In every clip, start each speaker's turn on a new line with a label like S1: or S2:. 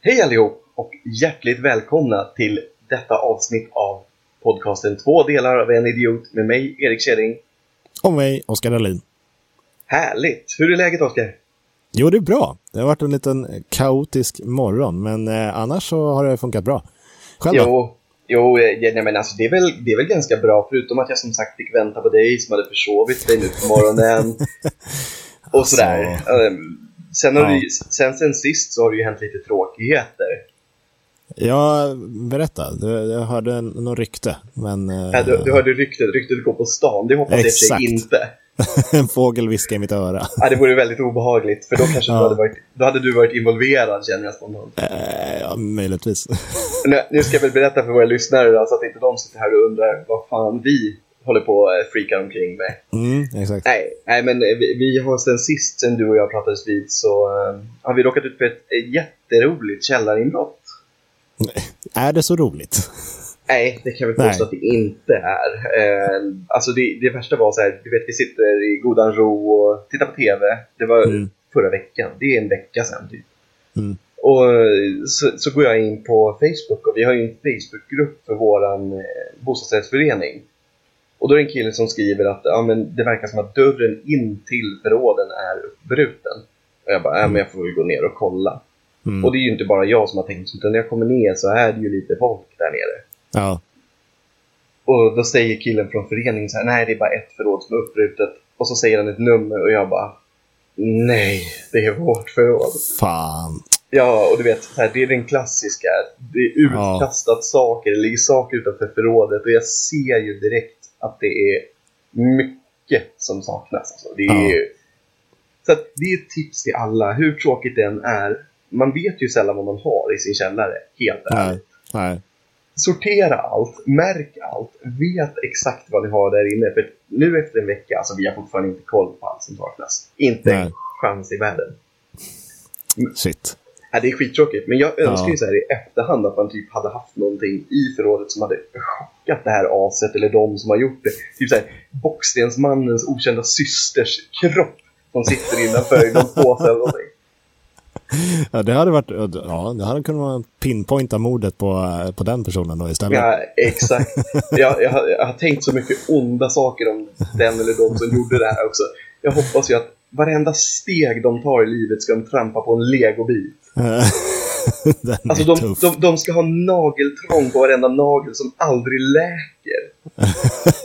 S1: Hej allihop och hjärtligt välkomna till detta avsnitt av podcasten Två delar av en idiot med mig, Erik Kjelling.
S2: Och mig, Oskar Dahlin.
S1: Härligt! Hur är läget Oskar?
S2: Jo, det är bra. Det har varit en liten kaotisk morgon, men eh, annars så har det funkat bra. Själv då?
S1: Jo, jo eh, ja, nej, men alltså, det, är väl, det är väl ganska bra, förutom att jag som sagt fick vänta på dig som hade försovit dig nu på morgonen. och sådär. Ehm, Sen, har
S2: Alltså. Ja.
S1: det ju, sen sen sist så har det ju hänt lite tråkigheter.
S2: Ja, berätta. Du, jag hörde en- något rykte, men... eh,
S1: Äh, Du, du hörde ryktet, ryktet går på stan. Det hoppas jag i och för sig
S2: Exakt.
S1: inte.
S2: en fågel viskade i mitt öra.
S1: Ja, det vore väldigt obehagligt, för då kanske du
S2: Ja.
S1: hade varit, då hade du varit involverad känner jag spontant.
S2: Eh, ja, möjligtvis.
S1: Nu, nu ska jag väl berätta för våra lyssnare då, så att inte de sitter här och undrar vad fan vi håller på och freakar omkring med.
S2: Mm, exakt.
S1: Nej, nej men eh, vi, vi har sen sist, sen du och jag pratades vid, så eh, har vi råkat ut för ett eh, jätteroligt källarinbrott.
S2: Är det så roligt?
S1: Nej, det kan vi påstå
S2: Nej.
S1: att det inte är. Eh, alltså det, det värsta var så här, du vet vi sitter i godan ro och tittar på TV. Det var
S2: Mm.
S1: förra veckan, det är en vecka sedan typ.
S2: Mm.
S1: Och eh, så, så går jag in på Facebook och vi har ju en Facebookgrupp för våran eh, bostadsrättsförening. Och då är det en kille som skriver att ja, men det verkar som att dörren in till förråden är uppbruten. Och jag bara, ja, men jag får väl gå ner och kolla.
S2: Mm.
S1: Och det är ju inte bara jag som har tänkt så, utan när jag kommer ner så är det ju lite folk där nere.
S2: Ja.
S1: Och då säger killen från föreningen så här, nej det är bara ett förråd som är upprutet. Och så säger han ett nummer och jag bara, nej det är vårt förråd.
S2: Fan.
S1: Ja, och du vet, så här, det är den klassiska, det är
S2: Ja.
S1: utkastat saker, det ligger saker utanför förrådet och jag ser ju direkt att det är mycket som saknas. Alltså, det är
S2: Ja.
S1: ju... Så att det är ett tips till alla, hur tråkigt det än är. Man vet ju sällan vad man har i sin källare, helt ärligt.
S2: Nej. Nej.
S1: Sortera allt, märk allt, vet exakt vad ni har där inne. För nu efter en vecka, alltså vi har fortfarande inte koll på allt som saknas. Inte en
S2: Nej.
S1: chans i världen.
S2: Shit.
S1: Ja, det är skittråkigt, men jag önskar ju
S2: Ja.
S1: så här i efterhand att man typ hade haft någonting i förrådet som hade chockat det här aset eller de som har gjort det. Typ så här, Bockstensmannens okända systers kropp som sitter innanför i någon påse eller någonting.
S2: Ja, det hade varit... Ja, det hade kunnat pinpointa mordet på, eh, på den personen då istället.
S1: Ja, exakt. Jag, jag, har- jag har tänkt så mycket onda saker om den eller de som gjorde det här också. Jag hoppas ju att varenda steg de tar i livet ska de trampa på en legobit.
S2: den
S1: Alltså
S2: är
S1: de,
S2: tuff.
S1: de, de ska ha nageltrång på varenda nagel som aldrig läker.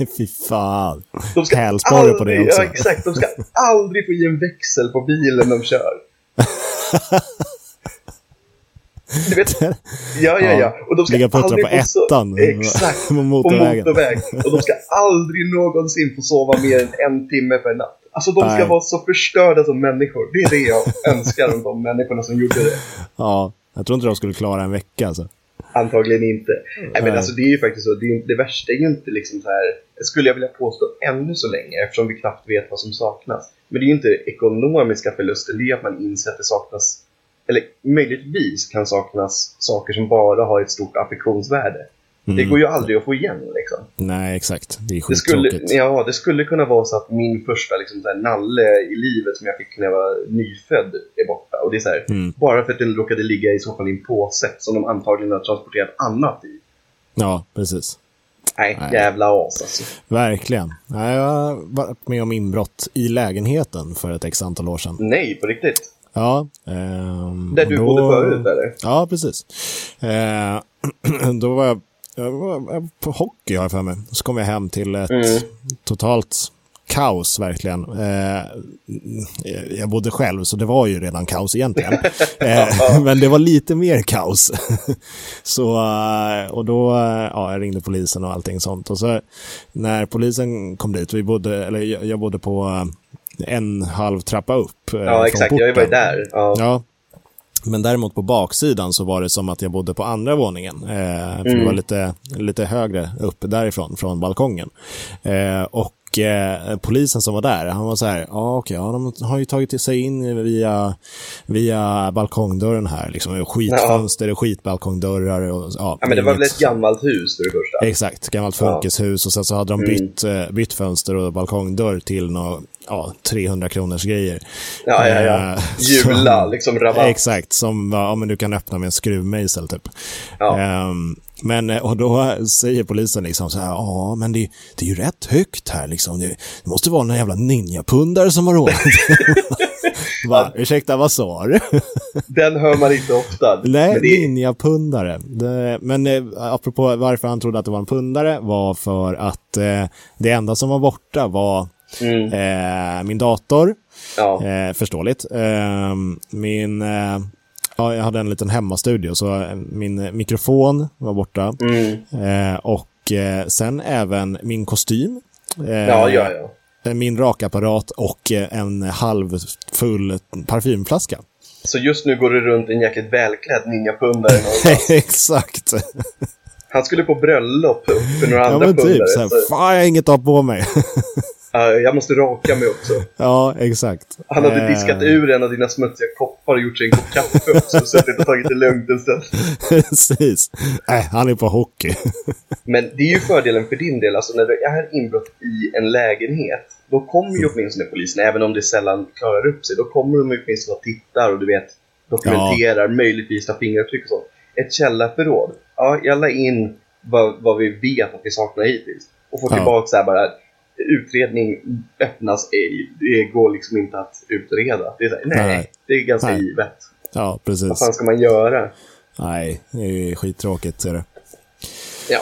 S2: Fy fan.
S1: De ska
S2: Hälsporre på det också.
S1: Ja, exakt. De ska aldrig få i en växel på bilen de kör. Du vet, ja, ja, ja. Och de ska
S2: Ligga och puttra
S1: aldrig
S2: på
S1: få så-
S2: ettan.
S1: Exakt.
S2: På
S1: på
S2: motorvägen.
S1: motorväg. Och de ska aldrig någonsin få sova mer än en timme per natt. Alltså de ska
S2: Nej.
S1: vara så förstörda som människor. Det är det jag önskar om de människorna som gjorde det.
S2: Ja, jag tror inte de skulle klara en vecka alltså.
S1: Antagligen inte. Nej, men
S2: Nej.
S1: alltså det är ju faktiskt så. Det, är, inte- det värsta är ju inte liksom så här, skulle jag vilja påstå, ännu så länge eftersom vi knappt vet vad som saknas. Men det är ju inte ekonomiska förluster, det är att man inser att det saknas, eller möjligtvis kan saknas saker som bara har ett stort affektionsvärde. Det
S2: Mm.
S1: går ju aldrig att få igen liksom.
S2: Nej, exakt. Det är
S1: Det skulle,
S2: skittråkigt.
S1: ja, det skulle kunna vara så att min första liksom, så här, nalle i livet som jag fick när jag var nyfödd är borta. Och det är så här,
S2: Mm.
S1: Bara för att den råkade ligga i så fall i en påse som de antagligen har transporterat annat i.
S2: Ja, precis.
S1: Nej,
S2: Nej.
S1: jävla as alltså.
S2: Verkligen. Ja, Jag har varit med om inbrott i lägenheten för ett x antal år sedan.
S1: Nej, på riktigt.
S2: Ja. ehm,
S1: Där
S2: och
S1: du
S2: då-
S1: bodde förut eller?
S2: Ja, precis. Eh, då var jag, jag var jag var på hockey har jag för mig. Så kom jag hem till ett
S1: Mm.
S2: totalt kaos verkligen. Eh, jag bodde själv så det var ju redan kaos egentligen. Eh, men det var lite mer kaos. så, eh, och då eh, ja, jag ringde polisen och allting sånt. Och så när polisen kom dit, vi bodde, eller jag, jag bodde på eh, en halv trappa upp. eh,
S1: Ja,
S2: från
S1: exakt. Jag har ju
S2: porten.
S1: varit där. Ja.
S2: Ja. Men däremot på baksidan så var det som att jag bodde på andra våningen. Eh, för Det
S1: Mm.
S2: var lite, lite högre upp därifrån, från balkongen. Eh, och eh, polisen som var där, han var så här, ah, okay, ja de har ju tagit sig in via, via balkongdörren här. Liksom, och skitfönster och skitbalkongdörrar. Och, ja,
S1: Ja, men det var väl
S2: inget-
S1: ett gammalt hus för det första? Mm.
S2: Exakt, gammalt funkishus och sen så hade de bytt, eh, bytt fönster och balkongdörr till något ja, 300 kronors grejer.
S1: Ja, ja, ja.
S2: Eh,
S1: Jula,
S2: som-
S1: liksom rabatt.
S2: Exakt, som ja, men du kan öppna med en skruvmejsel typ.
S1: Ja.
S2: Ehm, men eh, och då säger polisen liksom så här, ja men det, det är ju rätt högt här liksom. Det, det måste vara någon jävla ninjapundare som har rånat. Va, ursäkta, vad sa du?
S1: Den hör man inte ofta.
S2: Nej,
S1: men det är,
S2: ninjapundare. Det- Men eh, apropå varför han trodde att det var en pundare var för att eh, det enda som var borta var eh, min dator.
S1: Mm. ja.
S2: Eh, förståeligt. Eh, min, eh, ja, jag hade en liten hemmastudio, så eh, min eh, mikrofon var borta.
S1: Mm.
S2: Eh, och eh, sen även min kostym. Eh,
S1: ja, ja, ja.
S2: eh, Min rakapparat och eh, en halvfull parfymflaska.
S1: Så just nu går det runt en jäkligt välklädd ninjapundare. någonstans.
S2: Exakt.
S1: Han skulle på bröllop för några
S2: Ja
S1: andra
S2: men typ,
S1: pundare.
S2: så här,
S1: så,
S2: fan jag har inget att ha på mig.
S1: eh, jag måste raka mig också.
S2: ja, exakt.
S1: Han hade
S2: Eh,
S1: diskat ur en av dina smutsiga koppar och gjort sig en kopp kaffe också. Så att jag inte tagit det lugnt en stund.
S2: Precis. Äh, han är på hockey.
S1: Men det är ju fördelen för din del, alltså när det är inbrott i en lägenhet, då kommer
S2: Mm.
S1: ju åtminstone polisen, även om det sällan klarar upp sig, då kommer de ju åtminstone och tittar och du vet, dokumenterar, möjligtvis tar fingeravtryck och sånt. Ett källarförråd, ja, jag la in vad, vad vi vet att vi saknar hittills. Och får
S2: Ja.
S1: tillbaka så här bara, utredning öppnas ej, det går liksom inte att utreda. Det är så här, nej,
S2: Nej.
S1: det är ganska
S2: Nej.
S1: givet.
S2: Ja,
S1: Vad
S2: precis.
S1: fan ska man göra?
S2: Nej, det är skittråkigt. Är det.
S1: Ja,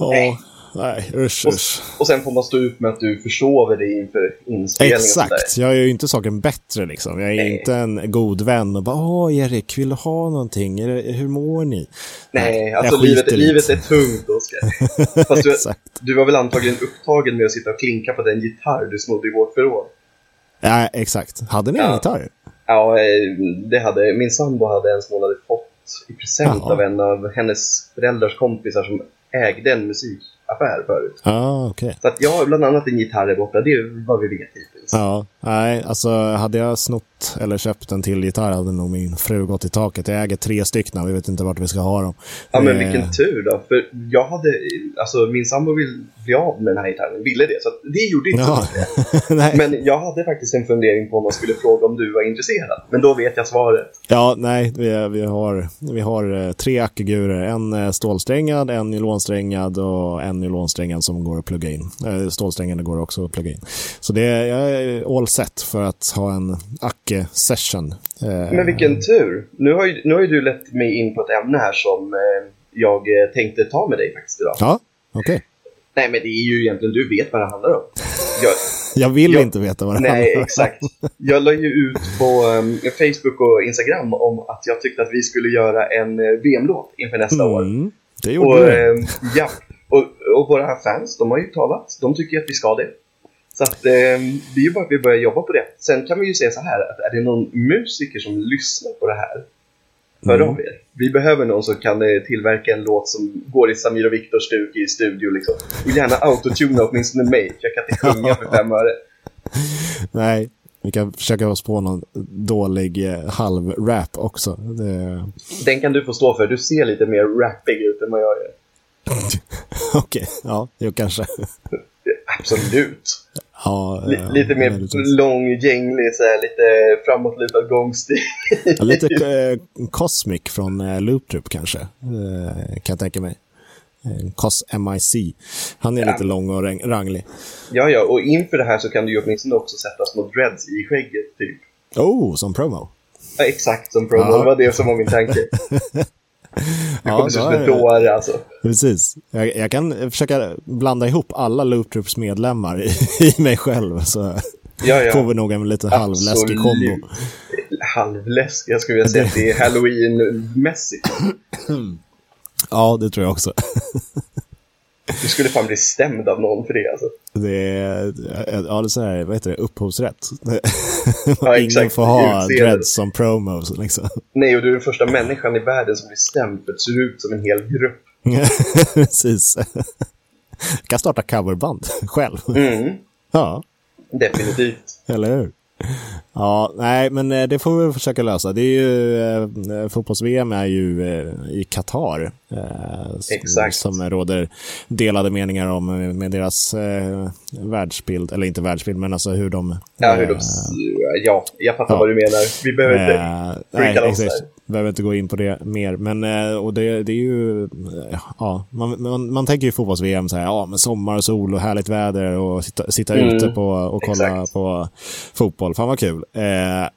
S2: Ja,
S1: Nej.
S2: nej, usch,
S1: Och-
S2: usch.
S1: Och sen får man stå ut med att du försover dig inför inspelning och sådär.
S2: Exakt, jag gör ju inte saken bättre liksom. Jag är
S1: Nej.
S2: inte en god vän och bara åh Erik, vill du ha någonting? Är det, hur mår ni?
S1: Nej,
S2: jag
S1: alltså
S2: skiter
S1: livet,
S2: i det.
S1: livet är tungt, Oskar. Fast du,
S2: Exakt.
S1: du var väl antagligen upptagen med att sitta och klinka på den gitarr du snodde i vårt förråd?
S2: Ja, exakt. Hade ni en
S1: Ja.
S2: gitarr?
S1: Ja, eh, det hade, min sambo hade en som hon hade fått i present
S2: Jaha.
S1: av en av hennes föräldrars kompisar som ägde en musikaffär förut.
S2: Ja, ah, okej.
S1: Så att jag har bland annat en gitarr där borta, det är vad vi vet hittills.
S2: Ja, nej, alltså hade jag snott eller köpt en till gitarr hade nog min fru gått i taket. Jag äger tre stycken, vi vet inte vart vi ska ha dem.
S1: Ja men
S2: Eh,
S1: vilken typ tur då, för jag hade, alltså min sambo vill bli av med den här gitarren, ville det, så att det gjorde inte
S2: Ja.
S1: så
S2: nej.
S1: Men jag hade faktiskt en fundering på om man skulle fråga om du var intresserad. Men då vet jag svaret.
S2: Ja, nej, vi, vi, har, vi har eh, tre ackigurer. En eh, stålsträngad, en nylonsträngad och en nylonsträngad som går att plugga in. Eh, Stålsträngarna går också att plugga in. Så det är, jag är all set för att ha en acke-session. Eh,
S1: Men vilken tur! Nu har ju, nu har ju du lett mig in på ett ämne här som eh, jag eh, tänkte ta med dig faktiskt idag.
S2: Ja, okej.
S1: Nej, men det är ju egentligen, du vet vad det handlar om. Jag,
S2: Jag vill
S1: Ja.
S2: inte veta vad det
S1: nej,
S2: handlar om.
S1: exakt. Jag la ju ut på eh, Facebook och Instagram om att jag tyckte att vi skulle göra en eh, VM-låt inför nästa år.
S2: Mm, det gjorde
S1: Och,
S2: du.
S1: eh, ja. och, och våra fans, de har ju talat. De tycker att vi ska det. Så att, eh, det är ju bara att vi börjar jobba på det. Sen kan vi ju säga så här, att är det någon musiker som lyssnar på det här, hör
S2: Mm.
S1: av er. Vi behöver någon som kan eh, tillverka en låt som går i Samir och Viktors stuk i studio. Liksom. Vill gärna autotuna åtminstone mig, för jag kan inte sjunga för fem öre.
S2: Nej, vi kan försöka oss på någon dålig eh, halv-rap också. Det...
S1: Den kan du få stå för, du ser lite mer rappig ut än vad jag gör.
S2: Okej, ja, jo kanske.
S1: Absolut.
S2: Ja,
S1: Li-
S2: eh,
S1: lite mer
S2: möjligtvis.
S1: lång, gänglig, så här, lite framåtlutad gångstil.
S2: Ja, lite eh, Cosmic från eh, Loop Troop kanske, eh, kan jag tänka mig. Eh, Cos MIC. Han är lite lång och rang- ranglig.
S1: Ja, ja, och inför det här så kan du ju åtminstone också sätta små dreads i skägget, typ.
S2: Oh, som promo.
S1: Ja, exakt som promo,
S2: Ja.
S1: det var det som var min tanke. Du kommer se ut
S2: då
S1: som
S2: är
S1: en
S2: det-
S1: dåre, alltså.
S2: Precis. Jag, jag kan försöka blanda ihop alla Loop Troops medlemmar i, i mig själv, så
S1: Ja, ja.
S2: får vi nog en lite halvläskig kombo.
S1: Halvläsk, jag skulle vilja säga att det är halloween-mässigt.
S2: Ja, det tror jag också.
S1: Du skulle fan bli stämd av någon för det, alltså.
S2: Det är, ja, det är så här, vad heter det, upphovsrätt.
S1: Ja,
S2: Ingen
S1: exakt.
S2: får ha
S1: Utseende.
S2: dreads som promos, liksom.
S1: Nej, och du är den första människan i världen som blir stämd för att du ser ut som en hel grupp.
S2: Precis. Jag kan starta coverband själv.
S1: Mm,
S2: Ja,
S1: definitivt.
S2: eller hur? Ja, nej, men eh, det får vi försöka lösa. Det är ju, eh, fotbolls-VM är ju eh, i Qatar. eh, s-
S1: Exakt.
S2: Som råder delade meningar om eh, med deras eh, världsbild, eller inte världsbild, men alltså hur de...
S1: Ja, hur de,
S2: eh,
S1: ja jag fattar
S2: ja.
S1: vad du menar. Vi behöver inte...
S2: Eh, nej,
S1: breaka loss
S2: exakt.
S1: där.
S2: Behöver inte gå in på det mer. Men eh, och det, det är ju, eh, ja, man, man, man tänker ju fotbolls-VM så här, ja, men sommar och sol och härligt väder och sitta, sitta
S1: Mm,
S2: ute på, och kolla
S1: exakt.
S2: på fotboll. Fan vad kul. Eh,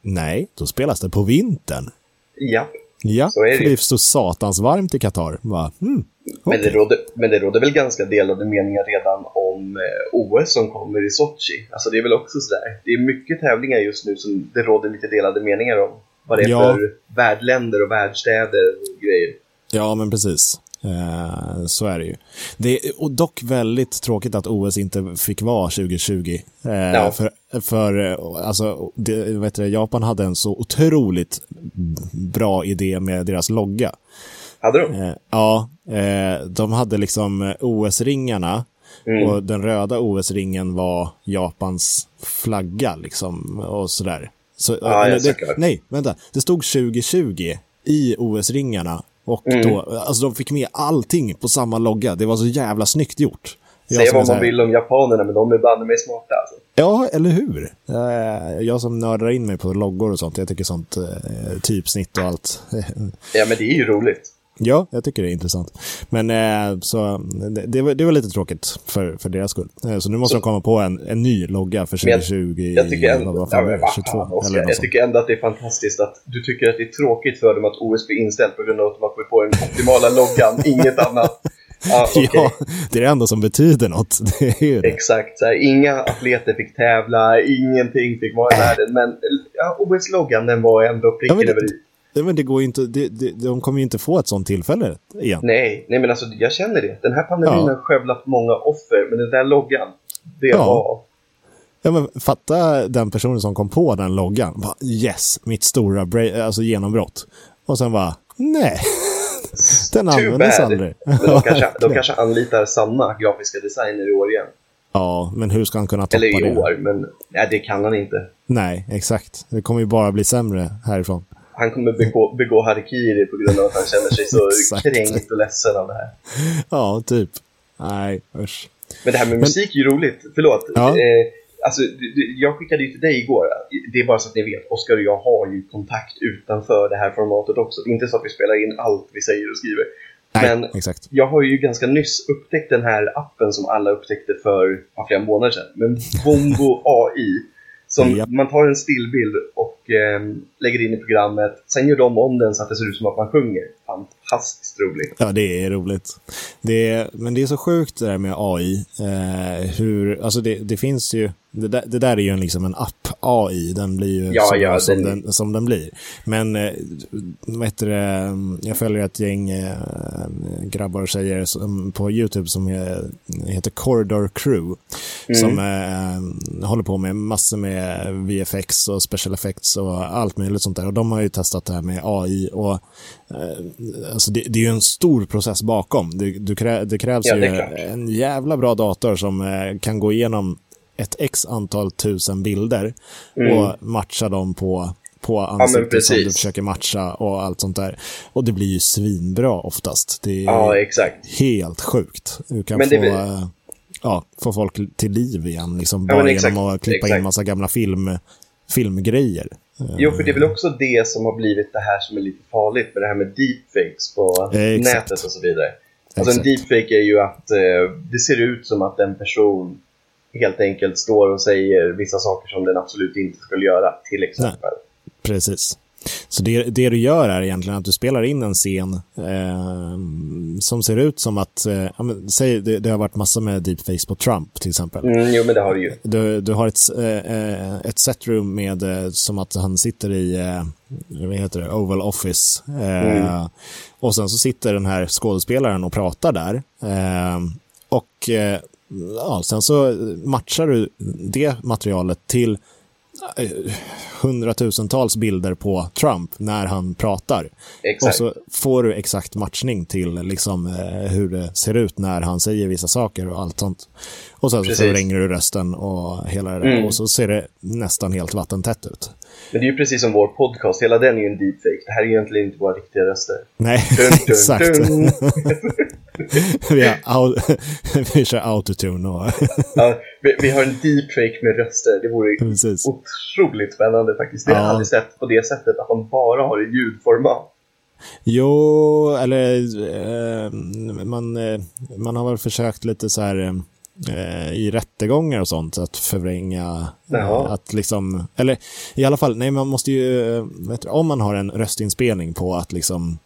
S2: nej, då spelas det på vintern.
S1: Ja.
S2: Ja,
S1: Så är det
S2: för
S1: ju.
S2: det är så satans varmt i Qatar. Va? Mm,
S1: Men, det
S2: okej.
S1: råder, men det råder väl ganska delade meningar redan om eh, OS som kommer i Sochi. Alltså det är väl också sådär. Det är mycket tävlingar just nu som det råder lite delade meningar om. Vad det är
S2: Ja.
S1: för värdländer och värdstäder och grejer.
S2: Ja, men precis. Eh, så är det ju. Det är och dock väldigt tråkigt att OS inte fick vara 2020. Eh,
S1: Ja.
S2: För, för eh, alltså, det, vet du, Japan hade en så otroligt bra idé med deras logga.
S1: Hade de?
S2: Eh, ja, eh, de hade liksom eh, OS-ringarna och den röda OS-ringen var Japans flagga liksom och sådär. Så, eh,
S1: Ja,
S2: eller
S1: jag
S2: det,
S1: söker.
S2: nej, vänta. Det stod 2020 i OS-ringarna och då, alltså de fick med allting på samma logga. Det var så jävla snyggt gjort. Jag
S1: Säga
S2: som är
S1: vad
S2: så
S1: man
S2: här-
S1: vill om japanerna, men de är banne mig smarta alltså.
S2: Ja, eller hur? Eh, Jag som nördar in mig på loggor och sånt, jag tycker sånt eh, typsnitt och allt
S1: Ja, men det är ju roligt.
S2: Ja, jag tycker det är intressant. Men eh, så, det, det, var, det var lite tråkigt för, för deras skull. Eh, så nu måste
S1: Så-
S2: de komma på en, en ny logga för
S1: Men jag-
S2: 2020.
S1: Jag tycker
S2: vad-
S1: ändå,
S2: vad fan
S1: ja,
S2: är
S1: men
S2: det?
S1: vad
S2: 22
S1: fan, Oscar,
S2: eller något
S1: jag
S2: sånt.
S1: tycker ändå att det är fantastiskt att du tycker att det är tråkigt för dem att OS blir inställt på grund av att de har kommit på den optimala loggan, inget annat. Ja, okej.
S2: Ja, det är det enda som betyder något. Det är ju det.
S1: Exakt, så här, inga atleter fick tävla, ingenting fick vara i världen. Men ja, OS-loggan den var ändå
S2: Ja,
S1: pricken
S2: men
S1: över
S2: det,
S1: i.
S2: det, men det går ju inte, det, det, de kommer ju inte få ett sånt tillfälle igen.
S1: Nej, nej, men alltså jag känner det. Den här pandemin
S2: Ja.
S1: har skövlat många offer, men den där loggan, det
S2: Ja.
S1: var...
S2: Ja, men fatta den personen som kom på den loggan. Bara, yes, mitt stora bra- alltså genombrott. Och sen bara, nej, den användes
S1: bad.
S2: aldrig.
S1: Men de kanske, de kanske anlitar samma grafiska designer i år igen.
S2: Ja, men hur ska han kunna toppa
S1: Eller i
S2: det?
S1: år, men nej, det kan han inte.
S2: Nej, exakt. Det kommer ju bara bli sämre härifrån.
S1: Han kommer begå, begå harikiri på grund av att han känner sig så
S2: Exakt.
S1: kränkt och ledsen av det här.
S2: Ja, typ. Nej, usch.
S1: Men det här med musik är ju roligt. Förlåt.
S2: Ja.
S1: Eh, alltså, du- du- jag skickade ju till dig igår. Det är bara så att ni vet. Oskar och jag har ju kontakt utanför det här formatet också. Det är inte så att vi spelar in allt vi säger och skriver.
S2: Nej,
S1: Men
S2: exakt.
S1: jag har ju ganska nyss upptäckt den här appen som alla upptäckte för ja, flera månader sedan. Men Bongo AI. Som
S2: Japp.
S1: man tar en stillbild och ehm, lägger in i programmet. Sen gör de om den så att det ser ut som att man sjunger. Fantastiskt roligt.
S2: Ja, det är roligt. Det är, men det är så sjukt det där med AI. Eh, hur, alltså det, det finns ju, det där, det där är ju en, liksom en app-AI. Den blir ju
S1: Ja,
S2: så
S1: ja,
S2: bra som,
S1: den-
S2: den, som den blir. Men eh, vad heter det, mm, jag följer ett gäng eh, grabbar och tjejer som, på YouTube som eh, heter Corridor Crew.
S1: Mm.
S2: Som eh, håller på med massor med VFX och special effects och allt möjligt sånt där. Och de har ju testat det här med AI. och Alltså det, det är ju en stor process bakom. Det, du krä, det krävs
S1: Ja, det är
S2: ju
S1: klart.
S2: en jävla bra dator som eh, kan gå igenom ett x antal tusen bilder och matcha dem på, på ansikten som du
S1: Mm. precis.
S2: försöker matcha och allt sånt där. Och det blir ju svinbra oftast. Det är
S1: Ja, exakt.
S2: helt sjukt. Du kan
S1: Men
S2: få,
S1: det är väl-
S2: eh, ja, få folk till liv igen, liksom,
S1: Ja,
S2: bara
S1: men
S2: genom
S1: exakt,
S2: att klippa in
S1: exakt.
S2: massa gamla film, filmgrejer.
S1: Jo, för det är väl också det som har blivit det här som är lite farligt med det här med deepfakes på
S2: Eh, exakt.
S1: nätet och så vidare. Alltså en
S2: Exakt.
S1: deepfake är ju att eh, det ser ut som att en person helt enkelt står och säger vissa saker som den absolut inte skulle göra, till exempel.
S2: Precis. Så det, det du gör är egentligen att du spelar in en scen eh, som ser ut som att, eh, ja, men, säg det, det har varit massor med deepfakes på Trump till exempel.
S1: Mm, jo, men det har du ju.
S2: Du, du har ett, eh, eh, ett setroom med eh, som att han sitter i eh, vad heter det, Oval Office. Eh, Och sen så sitter den här skådespelaren och pratar där. Eh, och eh, ja, sen så matchar du det materialet till hundratusentals bilder på Trump när han pratar.
S1: Exakt.
S2: Och så får du exakt matchning till liksom, eh, hur det ser ut när han säger vissa saker och allt sånt. Och sen så
S1: Precis.
S2: förvränger du rösten och hela det där.
S1: Mm.
S2: Och så ser det nästan helt vattentätt ut.
S1: Men det är ju precis som vår podcast, hela den är ju en deepfake. Det här är egentligen inte våra riktiga röster.
S2: Nej,
S1: Dun, dun,
S2: exakt.
S1: dun.
S2: vi, har au- vi kör autotune och
S1: Ja, vi, vi har en deepfake med röster. Det vore ju
S2: precis.
S1: otroligt spännande faktiskt. Det har jag
S2: Mm. Ja.
S1: aldrig sett på det sättet, att man bara har ett ljudformat.
S2: Jo, eller eh, man, eh, man har väl försökt lite så här eh, i rättegångar och sånt att förvränga.
S1: Jaha.
S2: Eh, att liksom, eller i alla fall, nej man måste ju, eh, vet du, om man har en röstinspelning på att liksom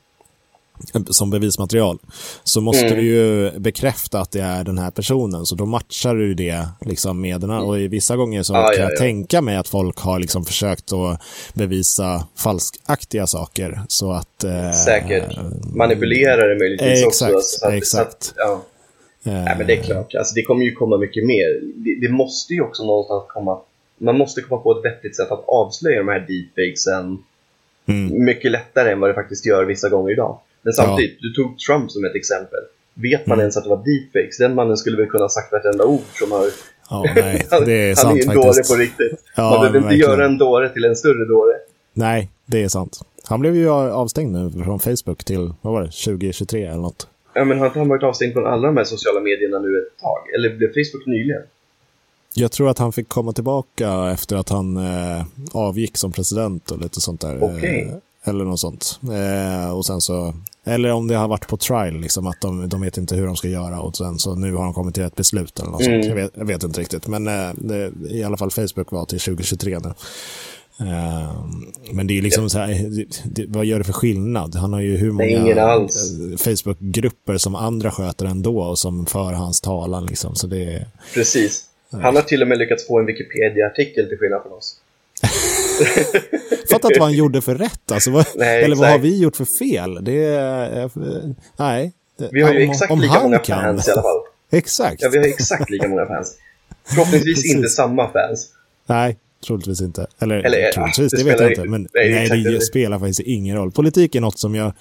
S2: som bevismaterial så måste
S1: Mm.
S2: du ju bekräfta att det är den här personen så då matchar du det liksom med den här. och i vissa gånger så
S1: Ah,
S2: kan
S1: ja,
S2: jag
S1: ja.
S2: tänka mig att folk har liksom försökt att bevisa falskaktiga saker så att eh,
S1: Säkert. Manipulerar det möjligtvis
S2: Eh,
S1: också.
S2: exakt,
S1: alltså, så att-
S2: exakt.
S1: Så att, ja.
S2: eh,
S1: Nej, men det är klart. Alltså, det kommer ju komma mycket mer. Det, det måste ju också någonstans komma... Man måste komma på ett vettigt sätt att avslöja de här deepfakesen
S2: Mm.
S1: mycket lättare än vad det faktiskt gör vissa gånger idag. Men samtidigt, du tog Trump som ett exempel. Vet man
S2: Mm.
S1: ens att det var deepfakes? Den mannen skulle väl kunna ha sagt vartenda ord som har...
S2: Ja, nej,
S1: Han,
S2: det är
S1: han är
S2: sant
S1: ju en dåre
S2: faktiskt.
S1: på riktigt.
S2: Ja,
S1: man behöver inte
S2: verkligen.
S1: göra en dåre till en större dåre.
S2: Nej, det är sant. Han blev ju avstängd nu från Facebook till, vad var det, 2023 eller något.
S1: Ja, men har inte han varit avstängd från alla de här sociala medierna nu ett tag? Eller blev Facebook nyligen?
S2: Jag tror att han fick komma tillbaka efter att han eh, avgick som president och lite sånt där.
S1: Okej.
S2: Eh, eller något sånt. Eh, och sen så, eller om det har varit på trial, liksom att de, de vet inte hur de ska göra och sen så nu har de kommit till ett beslut eller något
S1: Mm.
S2: sånt. Jag vet, jag vet inte riktigt, men eh, det, i alla fall Facebook var till 2023 nu. Eh, Men det är ju liksom så här, det- det, vad gör det för skillnad? Han har ju hur
S1: Nej,
S2: många
S1: ingen alls.
S2: eh, Facebookgrupper som andra sköter ändå och som för hans talan liksom. Så det är...
S1: Precis. Han har till och med lyckats få en Wikipedia-artikel till skillnad från oss.
S2: fattar inte vad han gjorde för rätt. Alltså, vad,
S1: Nej,
S2: eller vad har
S1: exakt.
S2: vi gjort för fel? Det är... eh, Nej. Det-
S1: Vi har ju
S2: om-
S1: exakt
S2: om
S1: lika
S2: han
S1: många
S2: kan.
S1: fans i alla fall.
S2: Exakt.
S1: Ja, vi har exakt lika många fans. Förhoppningsvis
S2: Precis.
S1: inte samma fans.
S2: Nej, troligtvis inte. Eller,
S1: Eller, ja,
S2: troligtvis,
S1: det
S2: det, vet
S1: spelar
S2: jag
S1: ju-
S2: inte. Men
S1: nej,
S2: nej,
S1: exakt,
S2: det
S1: det-
S2: spelar faktiskt ingen roll. Politik är något som jag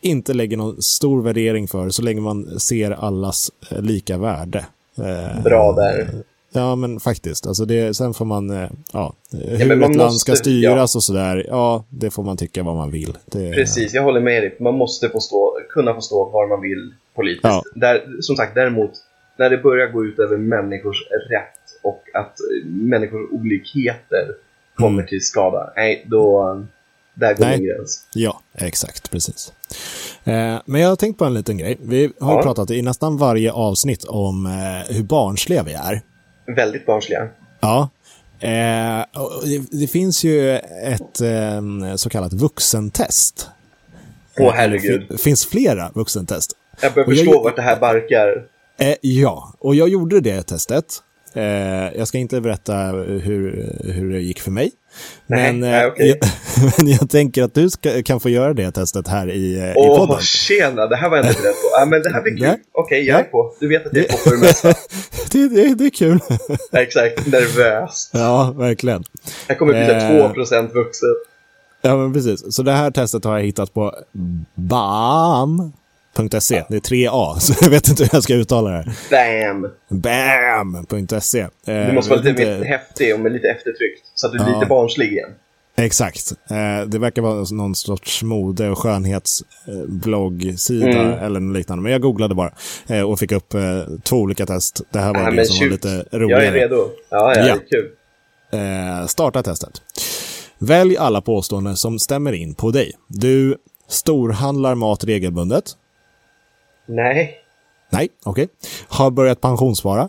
S2: inte lägger någon stor värdering för, så länge man ser allas eh, lika värde. Eh,
S1: Bra där.
S2: Ja, men faktiskt. Alltså det, sen får man... eh, Ja, hur
S1: men
S2: ett
S1: man
S2: land ska
S1: måste-
S2: styras och sådär, ja, det får man tycka vad man vill. Det,
S1: Precis, jag håller med dig. Man måste få stå, kunna få stå var man vill politiskt.
S2: Ja.
S1: Där, som sagt, däremot, när det börjar gå ut över människors rätt och att eh, människors olikheter kommer
S2: Mm.
S1: till skada, nej, då... Där går
S2: Nej.
S1: min gräns.
S2: Ja, exakt, precis. Eh, men jag har tänkt på en liten grej. Vi har
S1: Ja.
S2: pratat i nästan varje avsnitt om eh, hur barnsliga vi är.
S1: Väldigt barnsliga.
S2: Ja. Eh, och det, det finns ju ett eh, så kallat vuxentest.
S1: Åh herregud.
S2: Det finns flera vuxentest.
S1: Jag börjar
S2: Och jag
S1: förstå
S2: gjorde-
S1: vart det här barkar.
S2: Eh, ja, och jag gjorde det testet. Eh, jag ska inte berätta hur, hur det gick för mig.
S1: Nej,
S2: men, eh,
S1: nej, okej.
S2: jag, men jag tänker att du ska, kan få göra det testet här i, eh, i
S1: Åh,
S2: podden.
S1: tjena, det här var jag inte beredd på. Ja, men det här blir kul.
S2: Ja.
S1: Okej, jag är på. Du vet att jag är på för det mesta.
S2: det, det, det är kul.
S1: Ja, Exakt, nervös.
S2: Ja, verkligen.
S1: Jag kommer bli
S2: Eh.
S1: såhär 2% vuxen.
S2: Ja, men precis. Så det här testet har jag hittat på bam.se. Det är 3A, så jag vet inte hur jag ska uttala det. här.
S1: Bam!
S2: Bam.se. Eh,
S1: Du måste vara lite
S2: jag vet inte-
S1: mer häftig och med lite eftertryck. Så att du är lite barnslig igen.
S2: Exakt. Eh, det verkar vara någon sorts mode och skönhetsbloggsida
S1: Mm.
S2: eller något liknande. Men jag googlade bara eh, och fick upp eh, två olika test. Det här var
S1: Ah,
S2: det
S1: men
S2: som var
S1: shoot.
S2: lite
S1: Jag är
S2: roligare.
S1: redo. Ja, ja,
S2: Ja.
S1: det är kul.
S2: Eh, starta testet. Välj alla påståenden som stämmer in på dig. Du storhandlar mat regelbundet.
S1: Nej.
S2: Nej, okej. Har börjat pensionsspara.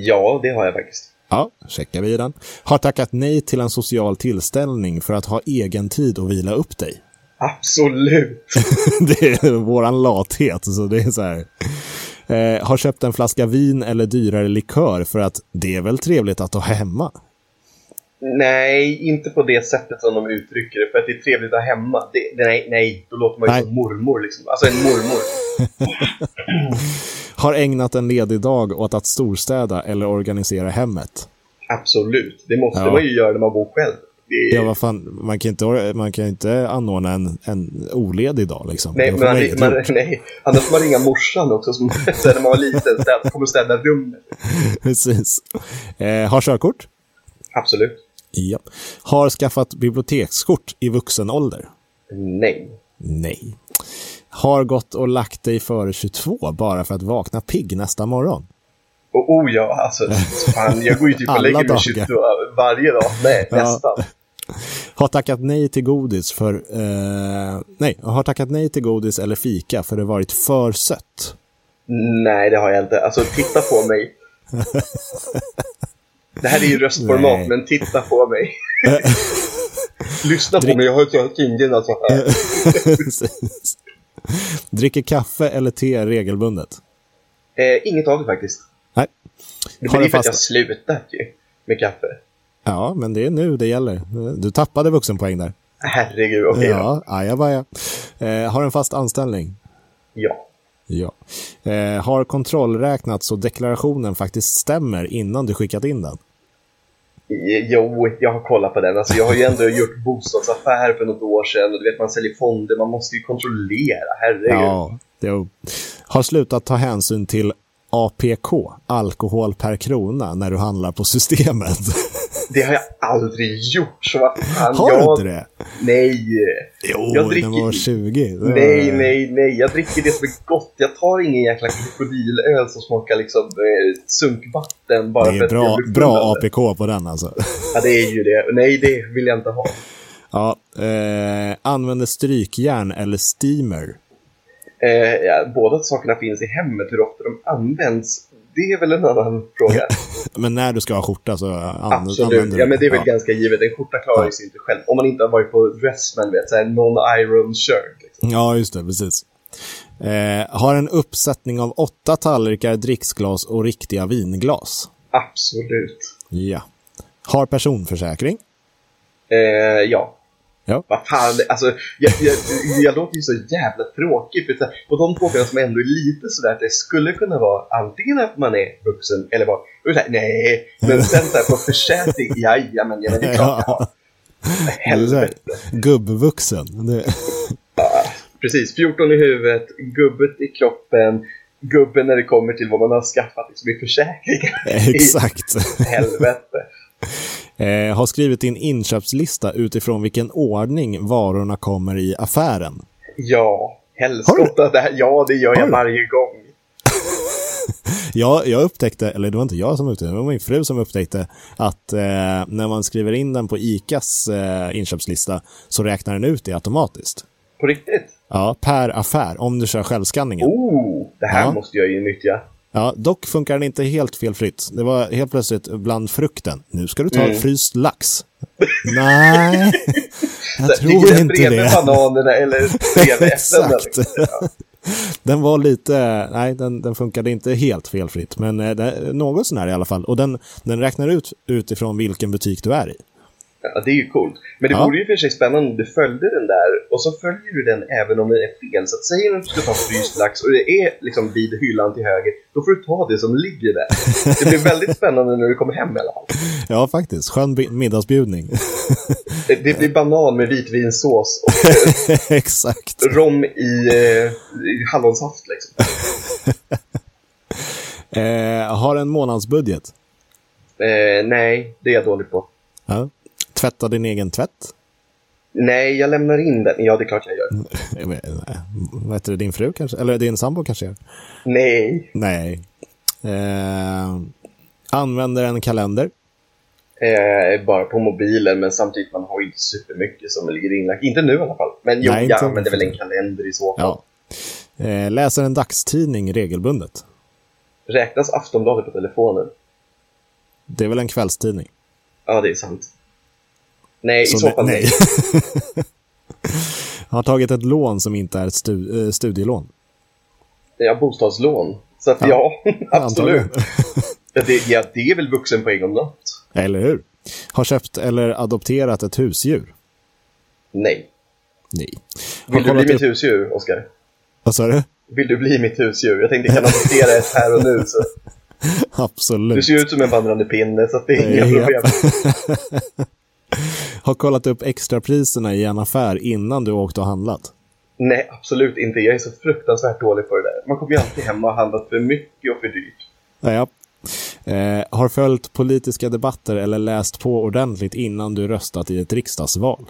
S1: Ja, det har jag faktiskt.
S2: Ja, checkar vi den. Har tackat nej till en social tillställning för att ha egen tid och vila upp dig.
S1: Absolut.
S2: det är våran lathet, så det är så här. Eh, har köpt en flaska vin eller dyrare likör för att det är väl trevligt att ha hemma.
S1: Nej, inte på det sättet som de uttrycker det. För att det är trevligt att ha hemma. Det, nej, nej, då låter man ju
S2: Nej.
S1: som mormor liksom. Alltså en mormor.
S2: Har ägnat en ledig dag åt att storstäda eller organisera hemmet.
S1: Absolut, det måste
S2: Ja.
S1: man ju göra när man bor själv. Det,
S2: Ja, vad fan, man kan inte, man kan inte anordna en, en oledig dag liksom.
S1: nej,
S2: Då
S1: men
S2: får man
S1: man,
S2: inget
S1: man,
S2: gjort.
S1: nej, annars får man ringa morsan också som, så här, när man var liten. Städ, kommer städa rummet.
S2: Precis. Eh, har körkort?
S1: Absolut.
S2: Ja. Har skaffat bibliotekskort i vuxen ålder?
S1: Nej.
S2: Nej. Har gått och lagt dig före 22 bara för att vakna pigg nästa morgon?
S1: Och oh ja, alltså fan, jag går ju typ och
S2: Alla
S1: lägger mig
S2: dagar.
S1: 22 varje dag. Nej,
S2: Ja.
S1: nästan.
S2: Har tackat nej till godis för... Eh, nej, har tackat nej till godis eller fika för det varit för sött.
S1: Nej, det har jag inte. Alltså, titta på mig. Det här är ju röstformat,
S2: Nej.
S1: men titta på mig. Lyssna på mig, jag har ju kinderna så här.
S2: Precis. Dricker kaffe eller te regelbundet?
S1: Eh, inget av det faktiskt.
S2: Nej.
S1: Det blir
S2: Har en
S1: ju för att
S2: fast...
S1: jag slutat ju med kaffe.
S2: Ja, men det är nu det gäller. Du tappade vuxenpoäng där.
S1: Herregud, okej då.
S2: Ja, ajabaja. Eh, har en fast anställning?
S1: Ja.
S2: Ja. Eh, har kontrollräknat så deklarationen faktiskt stämmer innan du skickat in den?
S1: I- Jo, jag har kollat på den. Alltså, jag har ju ändå gjort bostadsaffär för något år sedan. Och du vet, man säljer fonder. Man måste ju kontrollera. Herregud.
S2: Ja. Det, har slutat ta hänsyn till APK, alkohol per krona, när du handlar på systemet.
S1: Det har jag aldrig gjort. Så vad fan.
S2: Har
S1: jag...
S2: du inte det?
S1: Nej.
S2: Jo,
S1: Jag
S2: när man
S1: dricker-
S2: var Eh, 20. Det var-
S1: Nej, nej, nej. Jag dricker det som är gott. Jag tar ingen jäkla krokodilöl som smakar liksom eh, sunkvatten bara
S2: Det
S1: för
S2: är
S1: att
S2: bra,
S1: jag blir full
S2: bra
S1: av det.
S2: APK på den alltså.
S1: Ja, det är ju det. Nej, det vill jag inte ha.
S2: Ja, eh, använder strykjärn eller steamer.
S1: Eh, ja, båda sakerna finns i hemmet. Hur ofta de används, det är väl en annan fråga.
S2: Men när du ska ha skjorta så an- använder
S1: Absolut.
S2: du
S1: Ja, men det är väl
S2: ja.
S1: ganska givet. En skjorta klarar ju sig inte själv. Om man inte har varit på Dressman, vet, så här non-iron shirt. Liksom.
S2: ja, just det, precis. Eh, har en uppsättning av åtta tallrikar, dricksglas och riktiga vinglas.
S1: Absolut.
S2: Ja. Har personförsäkring.
S1: Eh, ja.
S2: Ja.
S1: Vad fan, alltså, jag, jag, jag låter ju så jävla tråkig. För att, på de frågorna som ändå är lite sådär att det skulle kunna vara antingen att man är vuxen eller barn. Och så här, nej, men sen så här på försäkring, jajamän, ja, men det är klart jag har. Helvete.
S2: Gubbvuxen. Det,
S1: Precis, 14 i huvudet, gubbet i kroppen, gubben när det kommer till vad man har skaffat liksom, i försäkringar.
S2: exakt.
S1: Helvete.
S2: Eh, har skrivit din inköpslista utifrån vilken ordning varorna kommer i affären.
S1: Ja, helskotta. Det här, ja, det gör
S2: Har
S1: jag
S2: du?
S1: varje gång.
S2: Jag, jag upptäckte, eller det var inte jag som upptäckte, det var min fru som upptäckte att eh, när man skriver in den på ICAs eh, inköpslista så räknar den ut det automatiskt.
S1: På riktigt.
S2: Ja, per affär, om du kör självskanningen.
S1: Oh, det här
S2: Ja.
S1: måste jag ju nyttja.
S2: Ja, dock funkar den inte helt felfritt. Det var helt plötsligt bland frukten. Nu ska du ta fryst lax. Nej, jag
S1: Ligger
S2: tror
S1: den
S2: inte
S1: bredvid
S2: det.
S1: bananerna eller bredvid äpplena?
S2: Exakt.
S1: liksom? Ja.
S2: Den var lite, nej den, den funkade inte helt felfritt, men eh, det, något sån här i alla fall. Och den, den räknar ut utifrån vilken butik du är i.
S1: Ja, det är ju coolt. Men det
S2: Ja.
S1: vore ju för sig spännande om du följde den där och så följer du den även om den är fel. Så att säger du att du ska ta fryst lax och det är liksom vid hyllan till höger, då får du ta det som ligger där. Det blir väldigt spännande när du kommer hem i alla fall.
S2: Ja, faktiskt. Skön bi- middagsbjudning.
S1: Det, det blir banan med vitvinsås och
S2: Exakt.
S1: rom i, eh, i hallonsaft liksom.
S2: Eh, har en månadsbudget.
S1: Eh, nej, det är jag dålig på.
S2: Ja. Tvätta din egen tvätt.
S1: Nej, jag lämnar in den. Ja, det är klart jag gör.
S2: Eh, men, eh, Vad heter det, din fru kanske? Eller din sambo kanske? gör?
S1: Nej.
S2: Nej. Eh, använder en kalender.
S1: Eh, bara på mobilen, men samtidigt man har ju inte supermycket som ligger inlagt. Inte nu i alla fall. Men jo,
S2: Nej, inte
S1: jag använder
S2: nu.
S1: väl en kalender i så fall.
S2: Ja. Eh, läser en dagstidning regelbundet.
S1: Räknas Aftonbladet på telefonen?
S2: Det är väl en kvällstidning?
S1: Ja, det är sant. Nej, i
S2: Så
S1: så
S2: ne-
S1: fall nej.
S2: nej. har tagit ett lån som inte är ett stu- eh, studielån.
S1: Jag har bostadslån. Så att ja, absolut.
S2: Antagligen.
S1: Ja, det, ja, det är väl vuxenpoäng om något.
S2: Eller hur? Har köpt eller adopterat ett husdjur.
S1: Nej.
S2: Nej. Har
S1: Vill du
S2: kollat
S1: bli
S2: upp-
S1: mitt husdjur, Oskar?
S2: Vad sa du?
S1: Vill du bli mitt husdjur? Jag tänkte jag kan adoptera ett här och nu. Så.
S2: Absolut.
S1: Du ser ju ut som en vandrande pinne, så att det är inga
S2: Eh,
S1: problem.
S2: japp. Har kollat upp extrapriserna i en affär innan du åkte och handlat?
S1: Nej, absolut inte. Jag är så fruktansvärt dålig på det där. Man kommer ju alltid hem och har handlat för mycket och för dyrt.
S2: Ja, ja. Eh, har följt politiska debatter eller läst på ordentligt innan du röstat i ett riksdagsval?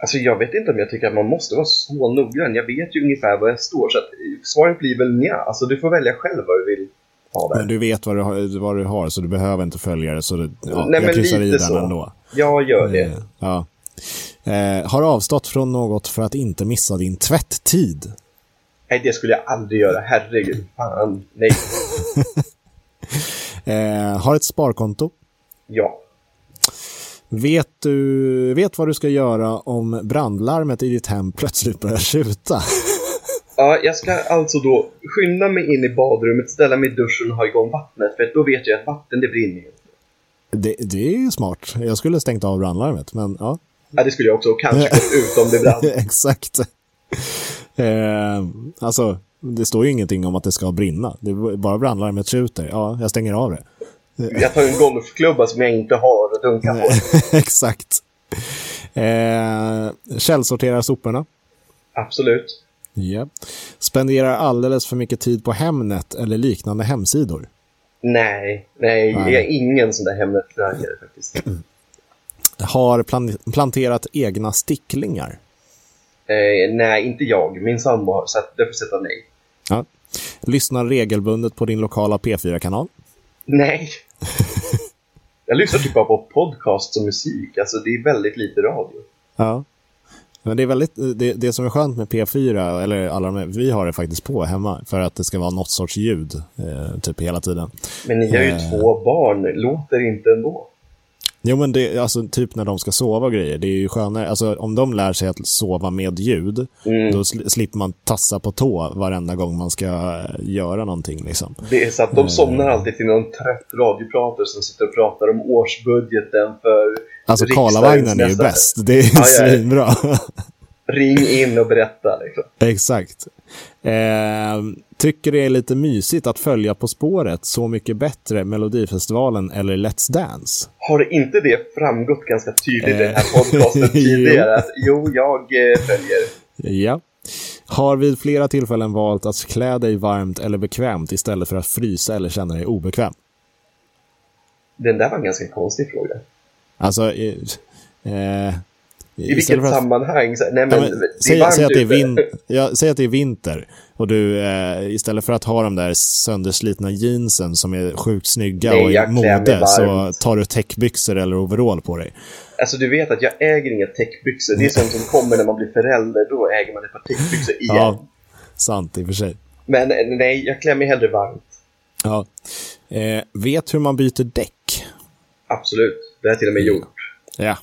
S1: Alltså jag vet inte om jag tycker att man måste vara så noggrann. Jag vet ju ungefär var jag står, så att svaret blir väl nja. Alltså du får välja själv vad du vill ha där.
S2: Men du vet vad du, har, vad du har, så du behöver inte följa det. Så det, ja,
S1: Nej,
S2: jag
S1: men
S2: kryssar i
S1: lite
S2: den
S1: så.
S2: ändå.
S1: Jag gör det.
S2: Eh, Ja. Eh, har avstått från något för att inte missa din tvätttid.
S1: Nej, det skulle jag aldrig göra. Herregud. Fan. Nej.
S2: Eh, har ett sparkonto.
S1: Ja.
S2: Vet du vet vad du ska göra om brandlarmet i ditt hem plötsligt börjar tjuta?
S1: Ja, jag ska alltså då skynda mig in i badrummet, ställa mig i duschen och ha igång vattnet. För då vet jag att vatten, det brinner ju.
S2: Det, det är ju smart. Jag skulle stängt av brandlarmet, men ja.
S1: Ja, det skulle jag också. Och kanske gått ut om det brann.
S2: Exakt. Eh, alltså, det står ju ingenting om att det ska brinna. Det är bara brandlarmet tjuter. Ja, jag stänger av det.
S1: Jag tar en golfklubba som jag inte har och dunkar på.
S2: Exakt. Eh, källsorterar soporna.
S1: Absolut.
S2: Ja. Spenderar alldeles för mycket tid på Hemnet eller liknande hemsidor.
S1: Nej, nej,
S2: Nej.
S1: jag är ingen sån där Hemnet-knarkare faktiskt.
S2: Har plan- planterat egna sticklingar.
S1: Eh, nej, inte jag. Min sambo har, så att därför sätter jag nej.
S2: Ja. Lyssnar regelbundet på din lokala P4-kanal.
S1: Nej. jag lyssnar typ bara på podcasts och musik. Alltså, det är väldigt lite radio.
S2: Ja. Men det är väldigt, det, det som är skönt med P4, eller alla de här, vi har det faktiskt på hemma, för att det ska vara något sorts ljud, eh, typ hela tiden.
S1: Men ni har ju två barn. Låter inte ändå.
S2: Jo men det, alltså typ när de ska sova och grejer, det är ju skönare, alltså om de lär sig att sova med ljud,
S1: Mm.
S2: då sl- slipper man tassa på tå varenda gång man ska eh, göra någonting liksom.
S1: Det är så att de somnar alltid till någon trött radiopratare som sitter och pratar om årsbudgeten för
S2: Alltså
S1: riksdagens
S2: Karlavagnen är ju
S1: nästa-
S2: bäst, det är ju
S1: Ja, ja, ja.
S2: svinbra.
S1: Ring in och berätta. Liksom.
S2: Exakt. Eh, tycker det är lite mysigt att följa På spåret, Så mycket bättre, Melodifestivalen eller Let's Dance?
S1: Har inte det framgått ganska tydligt i den här
S2: Eh.
S1: podcasten
S2: Jo.
S1: tidigare? Att, jo, jag eh, följer.
S2: Ja. Har vid flera tillfällen valt att klä dig varmt eller bekvämt istället för att frysa eller känna dig obekväm.
S1: Den där var en ganska konstig fråga.
S2: Alltså, eh, eh,
S1: I vilket sammanhang? Så, här, nej, men,
S2: Ja, men,
S1: det är
S2: säg,
S1: varmt
S2: säg, att det
S1: ute.
S2: är vin, ja, säg att det är vinter och du eh, istället för att ha de där sönderslitna jeansen som är sjukt snygga
S1: Nej,
S2: och i
S1: jag klär mig
S2: mode så
S1: varmt.
S2: tar du täckbyxor eller overall på dig.
S1: Alltså du vet att jag äger inga täckbyxor. Det är sånt som kommer när man blir förälder. Då äger man ett par täckbyxor igen.
S2: Ja, sant i och för sig.
S1: Men eh, nej, jag klär mig hellre varmt.
S2: Ja. Eh, vet hur man byter däck?
S1: Absolut. Det har jag till och
S2: Mm.
S1: med gjort.
S2: Ja.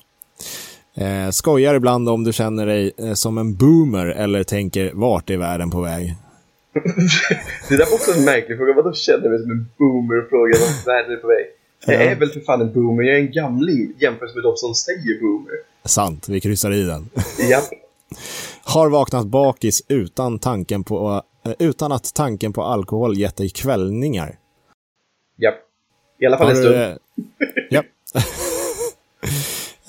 S2: Eh, skojar ibland om du känner dig eh, som en boomer eller tänker vart är världen på väg?
S1: Det där var också en märklig fråga. Vadå känner jag mig som en boomer och frågar vart världen är på väg? Jag är väl för fan en boomer. Jag är en gamling jämfört med de som säger boomer.
S2: Sant, vi kryssar i den.
S1: Ja,
S2: Har vaknat bakis utan, tanken på, eh, utan att tanken på alkohol gett dig kvällningar.
S1: ja. I alla fall en
S2: Har du,
S1: stund.
S2: eh, ja.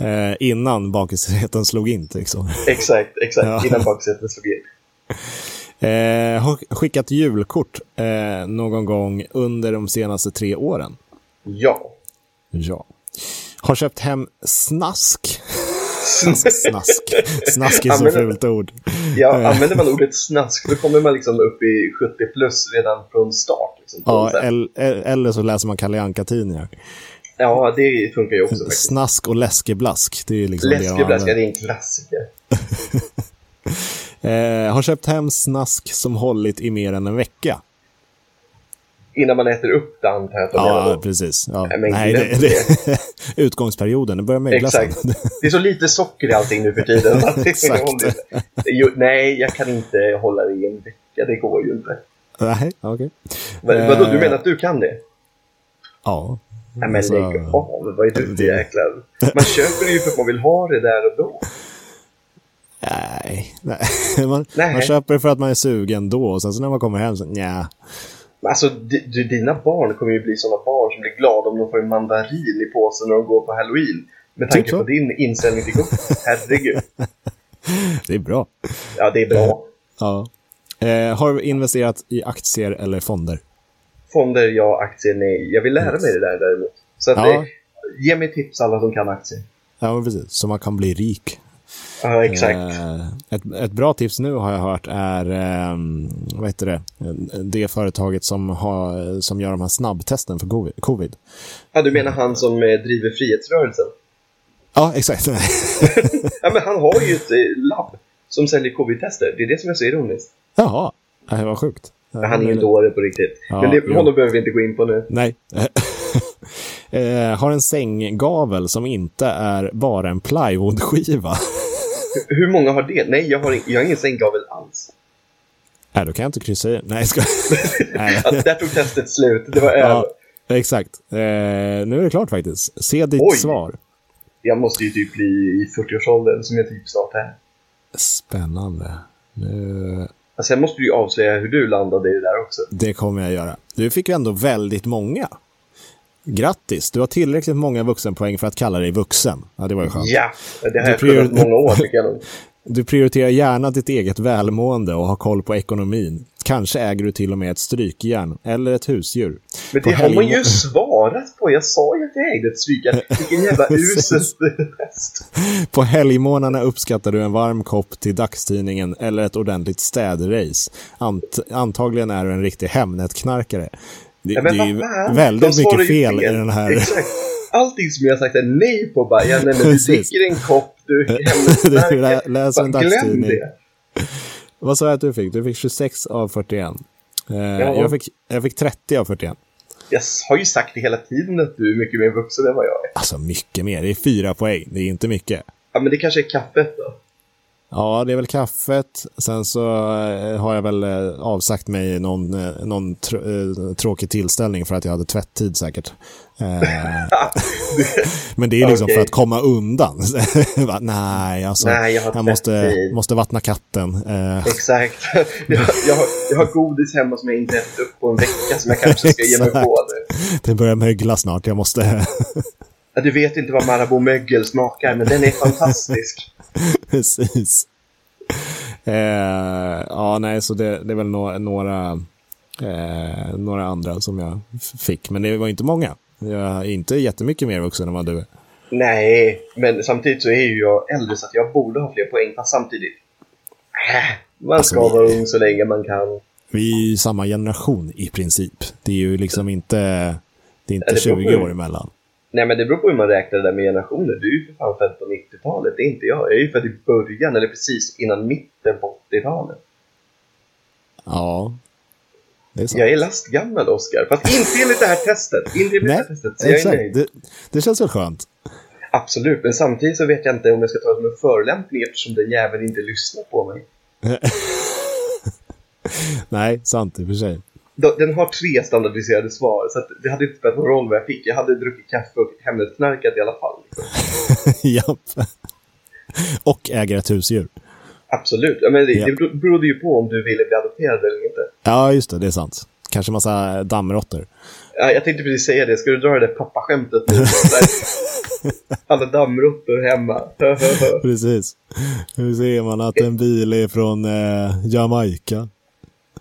S2: eh, innan bakisheten slog in, liksom.
S1: Exakt, exakt.
S2: Ja.
S1: Innan baksätet slog in.
S2: Eh, har skickat julkort eh, någon gång under de senaste tre åren.
S1: Ja.
S2: Ja. Har köpt hem snask. Alltså, snask. Snask är så
S1: Använder-
S2: fult ord.
S1: Ja, använder man ordet snask då kommer man liksom upp i 70 plus redan från start. Liksom, på
S2: Ja, eh,
S1: något sätt.
S2: el- el- eller så läser man Kalle Anka-tidningar.
S1: ja, det funkar ju också faktiskt.
S2: Snask och läskeblask. Det är liksom det de
S1: Läskeblaska,
S2: använder.
S1: det är en klassiker.
S2: Eh, har köpt hem snask som hållit i mer än en vecka.
S1: Innan man äter upp det antar jag att de menar
S2: Ja,
S1: då.
S2: precis. Ja.
S1: Nej, men
S2: Nej,
S1: glöm
S2: det, det, utgångsperioden, det börjar mögla sen.
S1: Exakt. Det är så lite socker i allting nu för tiden. så att det-
S2: Exakt.
S1: Jo, nej, jag kan inte hålla det i en vecka. Det går ju inte.
S2: Nej, okej.
S1: Men, Vadå, du
S2: Eh,
S1: menar att du kan det?
S2: Ja.
S1: Nej, men
S2: Alltså,
S1: lägg av. Vad är du för
S2: det-
S1: jäkla... Man köper det ju för att man vill ha det där och då.
S2: nej. nej. Man,
S1: Nej.
S2: man köper för att man är sugen då och sen så när man kommer hem så nja.
S1: Men Alltså, di- di- dina barn kommer ju bli sådana barn som blir glada om de får en mandarin i påsen när de går på halloween. Med tanke
S2: Typ så.
S1: på din inställning till godis. Herregud.
S2: Det är bra.
S1: Ja, det är bra.
S2: Ja. Eh, har du investerat i aktier eller fonder?
S1: Fonder, ja, aktier, nej. Jag vill lära mig det där däremot. Så att,
S2: Ja.
S1: det- ge mig tips alla som kan aktier.
S2: Ja, men precis. Så man kan bli rik.
S1: Ja, exakt.
S2: Eh, ett, ett bra tips nu har jag hört är, eh, vad heter det, det företaget som, har, som gör de här snabbtesten för govi- covid.
S1: Ja, du menar han som eh, driver Frihetsrörelsen?
S2: Ja, exakt.
S1: Ja, men han har ju ett eh, labb som säljer covid-tester. Det är det som är så ironiskt.
S2: Jaha, det var sjukt.
S1: Men han är ju en dåre på riktigt.
S2: Ja,
S1: men det,
S2: jo.
S1: honom behöver vi inte gå in på nu.
S2: Nej. eh, har en sänggavel som inte är bara en plywoodskiva.
S1: Hur många har det? Nej, jag har, in- jag har ingen sänggavel alls.
S2: Nej, då kan jag inte kryssa i. Nej, jag ska... Nej.
S1: Alltså, där tog testet slut. Det var över.
S2: Ja, exakt. Eh, nu är det klart faktiskt. Se ditt
S1: Oj.
S2: svar.
S1: Jag måste ju typ bli i 40-årsåldern som jag typ snart är.
S2: Spännande. Nu...
S1: Alltså, sen måste du ju avslöja hur du landade i det där också.
S2: Det kommer jag göra. Du fick ju ändå väldigt många. Grattis, du har tillräckligt många vuxenpoäng för att kalla dig vuxen. Ja, det var ju skönt.
S1: Ja, det har
S2: Du
S1: jag kunnat
S2: prior-
S1: många år tycker jag nog.
S2: Du prioriterar gärna ditt eget välmående och har koll på ekonomin. Kanske äger du till och med ett strykjärn eller ett husdjur.
S1: Men
S2: På
S1: det har man
S2: helg-
S1: ju svarat på. Jag sa ju att jag ägde ett psykare. Vilken jävla
S2: Precis.
S1: usel test.
S2: På helgmånaderna uppskattar du en varm kopp till dagstidningen eller ett ordentligt städrace. Ant antagligen är du en riktig Hemnet-knarkare. Det,
S1: Ja,
S2: det
S1: men
S2: är ju
S1: vad fan? De
S2: väldigt
S1: svarar
S2: mycket
S1: ju
S2: fel i den här.
S1: Exakt. Allting som jag har sagt är nej på bara, ja, nej men du
S2: Precis.
S1: dricker en kopp, du
S2: Du lä-
S1: hemlighetsmärker.
S2: läser en
S1: Bara, Glöm
S2: dagstidning.
S1: det.
S2: Vad sa jag att du fick? Du fick 26 av 41. Eh, jag, fick, jag fick 30 av 41.
S1: Jag har ju sagt det hela tiden att du är mycket mer vuxen än vad jag är.
S2: Alltså mycket mer. Det är fyra poäng. Det är inte mycket.
S1: Ja, men det kanske är kaffet då.
S2: Ja, det är väl kaffet. Sen så eh, har jag väl eh, avsagt mig någon, eh, någon tr- eh, tråkig tillställning för att jag hade tvätttid säkert. Eh, men det är ju liksom
S1: Okej.
S2: för att komma undan. Va, Nej, alltså,
S1: Nej, jag har
S2: måste,
S1: tvätttid.
S2: måste vattna katten. Eh,
S1: Exakt. Jag, jag, har, jag har godis hemma som jag inte ätit upp på en vecka som jag kanske ska ge mig
S2: Exakt.
S1: på nu.
S2: det börjar mögla snart. Jag måste...
S1: Ja, du vet inte vad Marabou mögel smakar, men den är fantastisk.
S2: Precis. Eh, ja, nej, så det, det är väl no- några, eh, några andra som jag f- fick. Men det var inte många. Jag är inte jättemycket mer vuxen än vad du är.
S1: Nej, men samtidigt så är ju jag äldre så att jag borde ha fler poäng, fast samtidigt. Äh, Man ska
S2: Alltså,
S1: vara ung så länge man kan.
S2: Vi är ju samma generation i princip. Det är ju liksom inte, det är
S1: Ja,
S2: inte
S1: det beror på
S2: 20
S1: hur-
S2: år emellan.
S1: Nej, men det beror på hur man räknar det där med generationer. Du är ju för fan född på 90-talet, det är inte jag. Jag är ju född i början, eller precis innan mitten på 80-talet.
S2: Ja, det är sant.
S1: Jag är lastgammal, Oscar. Fast inte enligt det här testet. Inte enligt det här
S2: Nej,
S1: testet. Så jag är
S2: exakt.
S1: nöjd.
S2: Det, det känns väl skönt.
S1: Absolut, men samtidigt så vet jag inte om jag ska ta det som en förolämpning eftersom den jäveln inte lyssnar på mig.
S2: Nej, sant i och för sig.
S1: Då- Den har tre standardiserade svar, så att det hade inte spelat någon roll vad jag fick. Jag hade druckit kaffe och Hemnetknarkat i alla fall.
S2: Japp. Och äger ett husdjur.
S1: Absolut. Ja, men det,
S2: Ja.
S1: det bero- berodde ju på om du ville bli adopterad eller inte.
S2: Ja, just det. Det är sant. Kanske massa dammråttor.
S1: Ja, jag tänkte precis säga det. Ska du dra det där pappaskämtet nu? Där- Alla dammråttor hemma.
S2: Precis. Hur ser man att en bil är från eh, Jamaica?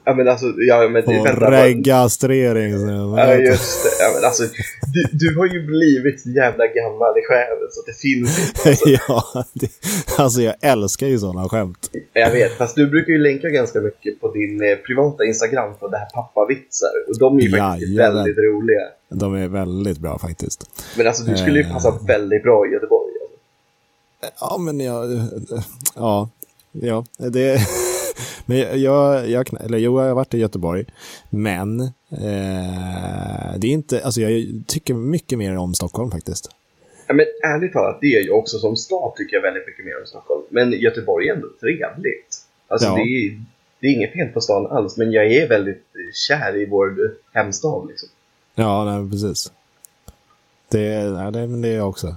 S1: ja, men alltså, ja, men det,
S2: Och
S1: vänta. vad-
S2: registrering.
S1: Ja, just det. Ja, men alltså, du, du har ju blivit så jävla gammal i själen så att det finns inte.
S2: ja, det, alltså jag älskar ju sådana skämt.
S1: Jag vet, fast du brukar ju länka ganska mycket på din eh, privata Instagram på det här pappavitsar. Och de är ju faktiskt
S2: Jajamän.
S1: väldigt roliga.
S2: De är väldigt bra faktiskt.
S1: Men alltså du
S2: Eh.
S1: skulle ju passa väldigt bra i Göteborg. Alltså.
S2: Ja, men jag... eh, Ja, ja det... Men jag, jag, jag, kn- eller jo, jag har varit i Göteborg, men eh, det är inte, alltså jag tycker mycket mer om Stockholm faktiskt.
S1: Ja, men ärligt talat, det är ju också som stad tycker jag väldigt mycket mer om Stockholm. Men Göteborg är ändå trevligt. Alltså
S2: Ja.
S1: det, är, det är inget fel på stan alls, men jag är väldigt eh, kär i vår hemstad. Liksom.
S2: Ja, nej, men precis. Det, nej, det, men det är jag också.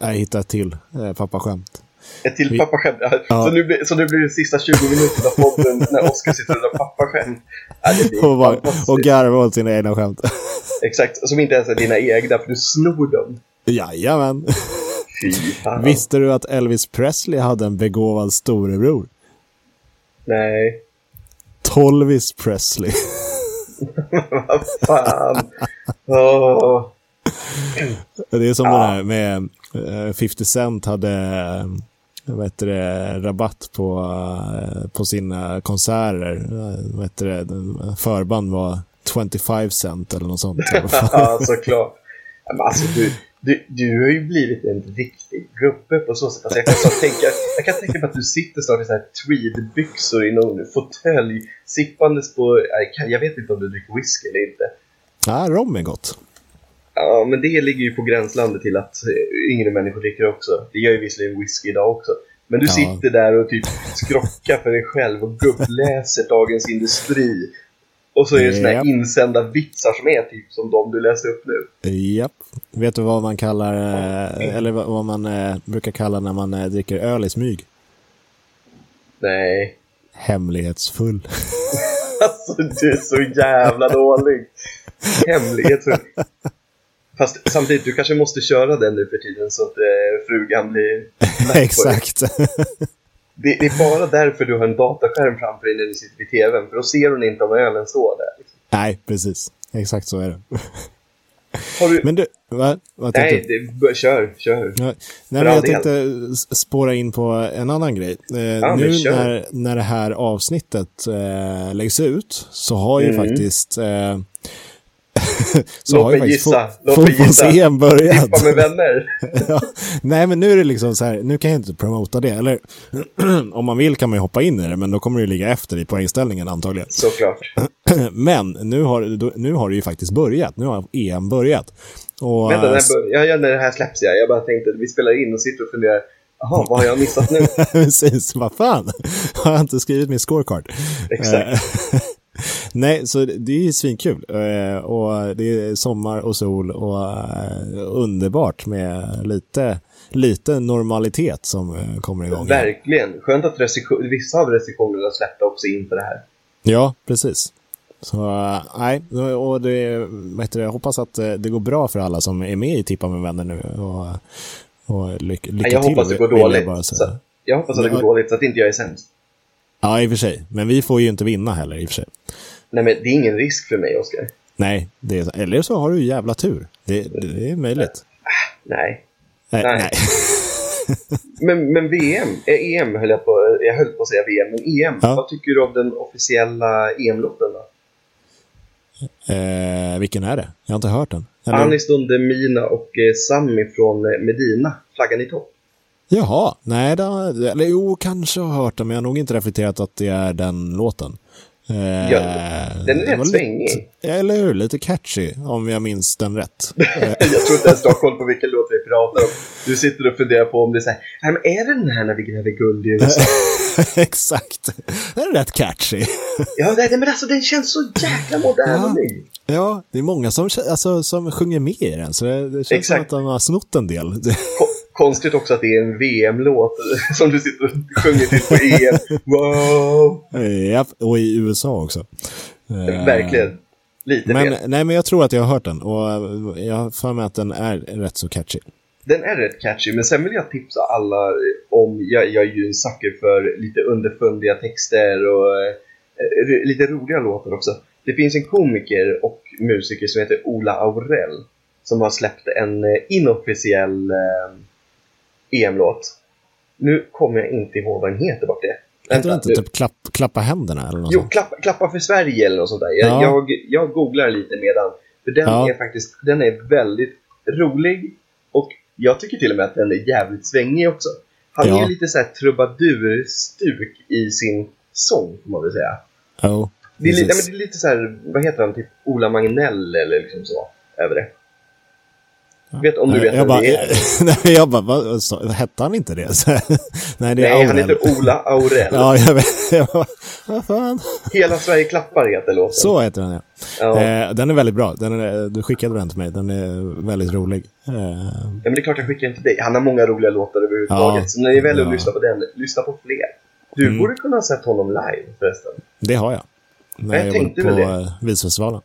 S2: Jag hittar ett till eh, pappaskämt.
S1: Ett till pappaskämt.
S2: Ja.
S1: Så, nu blir, så nu blir det sista 20 minuterna av podden när Oskar sitter och drar pappaskämt. Ja, det blir
S2: Och, bara,
S1: fantastiskt.
S2: och garva åt sina egna skämt.
S1: Exakt, som inte ens är dina egna för du snor dem.
S2: Jajamän.
S1: Fy fan.
S2: Visste du att Elvis Presley hade en begåvad storebror?
S1: Nej,
S2: Tolvis Presley.
S1: vad fan. Åh.
S2: Det är som
S1: Ja.
S2: den här med eh, 50 Cent hade eh, vad heter det, rabatt på, eh, på sina konserter. Eh, Vad heter det, den- förband var 25 cent eller något sånt.
S1: Ja, såklart. Ja, Men alltså, du, du, du har ju blivit en riktig gubbe på så sätt. Alltså, jag, kan så tänka, jag kan tänka mig att du sitter snart i så här tweedbyxor i någon fåtölj, sippandes på... nej, kan- Jag vet inte om du dricker whisky eller inte.
S2: ja, rom är gott.
S1: Ja, men det ligger ju på gränslandet till att eh, yngre människor dricker också. Det gör ju visserligen whisky idag också. Men du
S2: Ja.
S1: sitter där och typ skrockar för dig själv och gubbläser Dagens Industri. Och så är det såna här
S2: Japp.
S1: insända vitsar som är typ som de du läste upp nu.
S2: Japp. Vet du vad man kallar, eh, eller vad vad man eh, brukar kalla när man eh, dricker öl i smyg?
S1: Nej.
S2: Hemlighetsfull.
S1: Alltså du är så jävla dålig. Hemlighet. tror jag. Fast samtidigt, du kanske måste köra den nu för tiden så att eh, frugan blir... på det.
S2: Exakt.
S1: Det, det är bara därför du har en dataskärm framför dig när du sitter vid tvn. För då ser hon inte om ölen står där. liksom.
S2: Nej, precis. Exakt så är det.
S1: Har du...
S2: Men du, va? vad tänkte
S1: Nej,
S2: du?
S1: det, bör- kör, kör.
S2: Ja, Nej, men
S1: all
S2: jag
S1: del.
S2: tänkte s- spåra in på en annan grej. Eh,
S1: men
S2: nu
S1: kör.
S2: när, när det här avsnittet eh, läggs ut så har ju faktiskt... Eh, så
S1: Mm. Låt
S2: har ju
S1: mig
S2: faktiskt
S1: gissa,
S2: fot-
S1: låt mig gissa.
S2: fotbolls-EM börjat.
S1: Tippa med vänner.
S2: ja. Nej, men nu är det liksom så här, nu kan jag inte promota det. Eller om man vill kan man ju hoppa in i det, men då kommer det ju ligga efter i poängställningen antagligen.
S1: Såklart.
S2: men nu har, då- nu har det ju faktiskt börjat. Nu har EM börjat. Och,
S1: Vänta,
S2: eh,
S1: när, bör- ja, ja, när det här släpps jag. Jag bara tänkte, vi spelar in och sitter och funderar. Jaha, vad har jag missat nu?
S2: Precis, vad fan. Har jag inte skrivit min scorecard?
S1: Exakt.
S2: Eh, Nej, så det är ju svinkul. Eh, Och det är sommar och sol och eh, underbart med lite, lite normalitet som eh, kommer igång. här.
S1: Verkligen. Skönt att restriktion- vissa av restriktionerna släppte också in för det här.
S2: Ja, precis. Så eh, nej, och det, vad heter det, jag hoppas att eh, det går bra för alla som är med i Tippa med vänner nu. Och, och lyck, lycka
S1: Nej, jag
S2: till.
S1: hoppas det går
S2: vill jag
S1: dåligt.
S2: bara
S1: så,
S2: säga.
S1: jag hoppas att det går
S2: Men-
S1: dåligt så att inte jag är sämst.
S2: Ja, i och för sig. Men vi får ju inte vinna heller, i och för sig.
S1: Nej, men det är ingen risk för mig, Oskar.
S2: Nej, det är, så- eller så har du jävla tur. Det, det är möjligt.
S1: Nej.
S2: Nej.
S1: Nej.
S2: nej.
S1: Men, men VM, eh, EM höll jag på, jag höll på att säga VM, men EM.
S2: Ja.
S1: Vad tycker du om den officiella EM-lotten då?
S2: Eh, vilken är det? Jag har inte hört den. Eller,
S1: Anis Don Demina och eh, Sami från eh, Medina, flaggan i topp.
S2: Jaha, nej, det, har- eller jo, kanske har hört den, men jag har nog inte reflekterat att det är den låten. Eh,
S1: Ja, den är
S2: det
S1: rätt
S2: var
S1: svängig.
S2: Lite, eller hur? Lite catchy, om jag minns den rätt.
S1: Jag tror inte ens du har koll på vilken låt vi pratar om. Du sitter och funderar på om det är så här, "Nej, men är det den här när vi gräver guld i USA?
S2: Exakt. Den är rätt catchy.
S1: Ja, nej, men alltså den känns så jäkla modern och
S2: Ja.
S1: ny.
S2: Ja, det är många som, kä- alltså, som sjunger med i den, så det, det känns som
S1: Exakt.
S2: att de har snott en del.
S1: Ko- Konstigt också att det är en VM-låt som du sitter och sjunger till på EM. Wow!
S2: Japp, och i USA också. Eh,
S1: Verkligen. Lite
S2: Men,
S1: fel.
S2: nej, men jag tror att jag har hört den och eh, jag har för mig att den är rätt så catchy.
S1: Den är rätt catchy, men sen vill jag tipsa alla om, jag, jag är ju en sucker för lite underfundiga texter och eh, r- lite roliga låtar också. Det finns en komiker och musiker som heter Ola Aurell som har släppt en eh, inofficiell eh, EM-låt. Nu kommer jag inte ihåg vad den heter, vart det är. Vänta,
S2: Heter den inte
S1: nu-
S2: typ klapp, klappa händerna eller något
S1: Jo,
S2: sånt?
S1: klappa, klappa för Sverige eller något sånt där. Jag,
S2: Alltså. Ja.
S1: jag, jag googlar lite medan. För den
S2: Ja.
S1: är faktiskt den är väldigt rolig och jag tycker till och med att den är jävligt svängig också. Han
S2: Ja.
S1: är lite så här trubadurstuk i sin sång, får man väl säga.
S2: Jo,
S1: Det är, li, nej,
S2: precis.
S1: men det är lite så här, vad heter han, typ Ola Magnell eller liksom så, över det. Vet om du vet
S2: jag
S1: vem
S2: bara,
S1: det är?
S2: nej, jag bara, vad, vad sa- hette han inte det? Så- nej, det är
S1: Nej, han
S2: Aurel.
S1: heter Ola Aurell.
S2: Ja, jag vet. Jag bara, vad fan?
S1: Hela Sverige klappar heter låten.
S2: Så heter den, ja.
S1: Ja.
S2: Eh, den är väldigt bra. Den är, du skickade den till mig. Den är väldigt rolig. Eh,
S1: Ja, men det är klart jag skickar den till dig. Han har många roliga låtar överhuvudtaget.
S2: Ja.
S1: Så när ni väl
S2: Ja. Mm.
S1: lyssnar på den, lyssna på fler. Du borde kunna ha sett honom live förresten.
S2: det har jag. När
S1: Jag
S2: jag,
S1: tänkte
S2: jobbade på
S1: väl
S2: eh, Visfestivalen.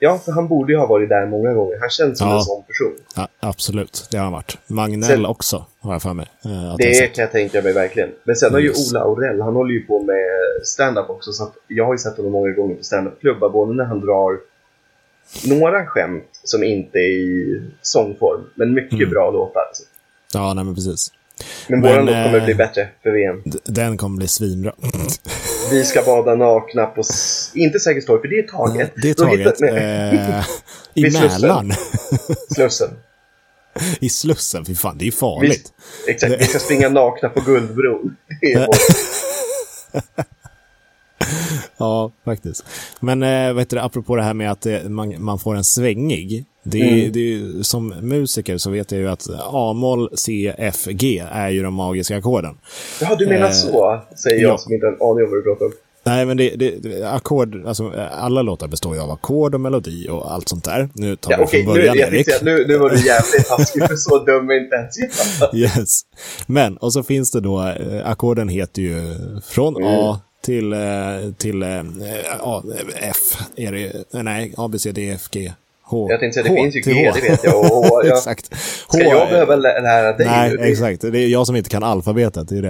S1: Ja, för han borde ju ha varit där många gånger. Han känns som
S2: Ja.
S1: en sån person.
S2: Ja, absolut, det har han varit. Magnell
S1: Sen-
S2: också, har jag för mig. eh, att jag
S1: Det
S2: sett.
S1: kan jag tänka mig verkligen. Men sen har ju
S2: Yes.
S1: Ola Aurell, han håller ju på med stand-up också. Så att jag har ju sett honom många gånger på stand-up-klubbar. Både när han drar några skämt som inte är i sångform, men mycket bra låtar. Alltså.
S2: Ja, nej men precis.
S1: Men,
S2: Mm. Men,
S1: våran låt kommer
S2: eh,
S1: bli bättre för VM.
S2: D- Den kommer bli svinbra.
S1: Vi ska bada nakna på... S- inte Sergels torg, för det är taget.
S2: Det är
S1: Då hittar-
S2: taget.
S1: nej,
S2: Eh, I
S1: Vid Slussen.
S2: Mälaren.
S1: Slussen.
S2: I Slussen. Fy fan, det är ju
S1: Vi,
S2: farligt.
S1: exakt, vi
S2: Eh.
S1: ska springa nakna på Guldbron. Det är vår-
S2: Ja, faktiskt. Men eh, vad heter det, apropå det här med att eh, man, man får en svängig. Det är,
S1: Mm.
S2: det är, ju- som musiker så vet jag ju att A-moll, C, F, G är ju de magiska ackorden.
S1: Jaha, du menar så? Säger jag
S2: Eh. ja.
S1: som inte har en aning om vad du pratar om.
S2: Nej, men det, det, det- ackord, alltså eh, alla låtar består ju av ackord och melodi och allt sånt där. Nu tar
S1: Ja,
S2: vi
S1: Okej,
S2: från
S1: nu,
S2: början,
S1: jag
S2: Erik.
S1: tänkte säga, nu, nu var du jävligt taskig, för så dum är inte ens jag.
S2: Yes. Men, och så finns det då, eh, ackorden heter ju från
S1: Mm.
S2: A till, eh, till eh, A, F, är det, eh, nej, A, B, C, D, F, G, H.
S1: Jag tänkte säga, det
S2: H
S1: finns ju
S2: till
S1: G,
S2: H.
S1: det vet jag. Och, och, jag ska
S2: Exakt.
S1: jag
S2: eh,
S1: behöva lä- lära dig
S2: Nej,
S1: nu?
S2: exakt. Det är jag som inte kan alfabetet. Det är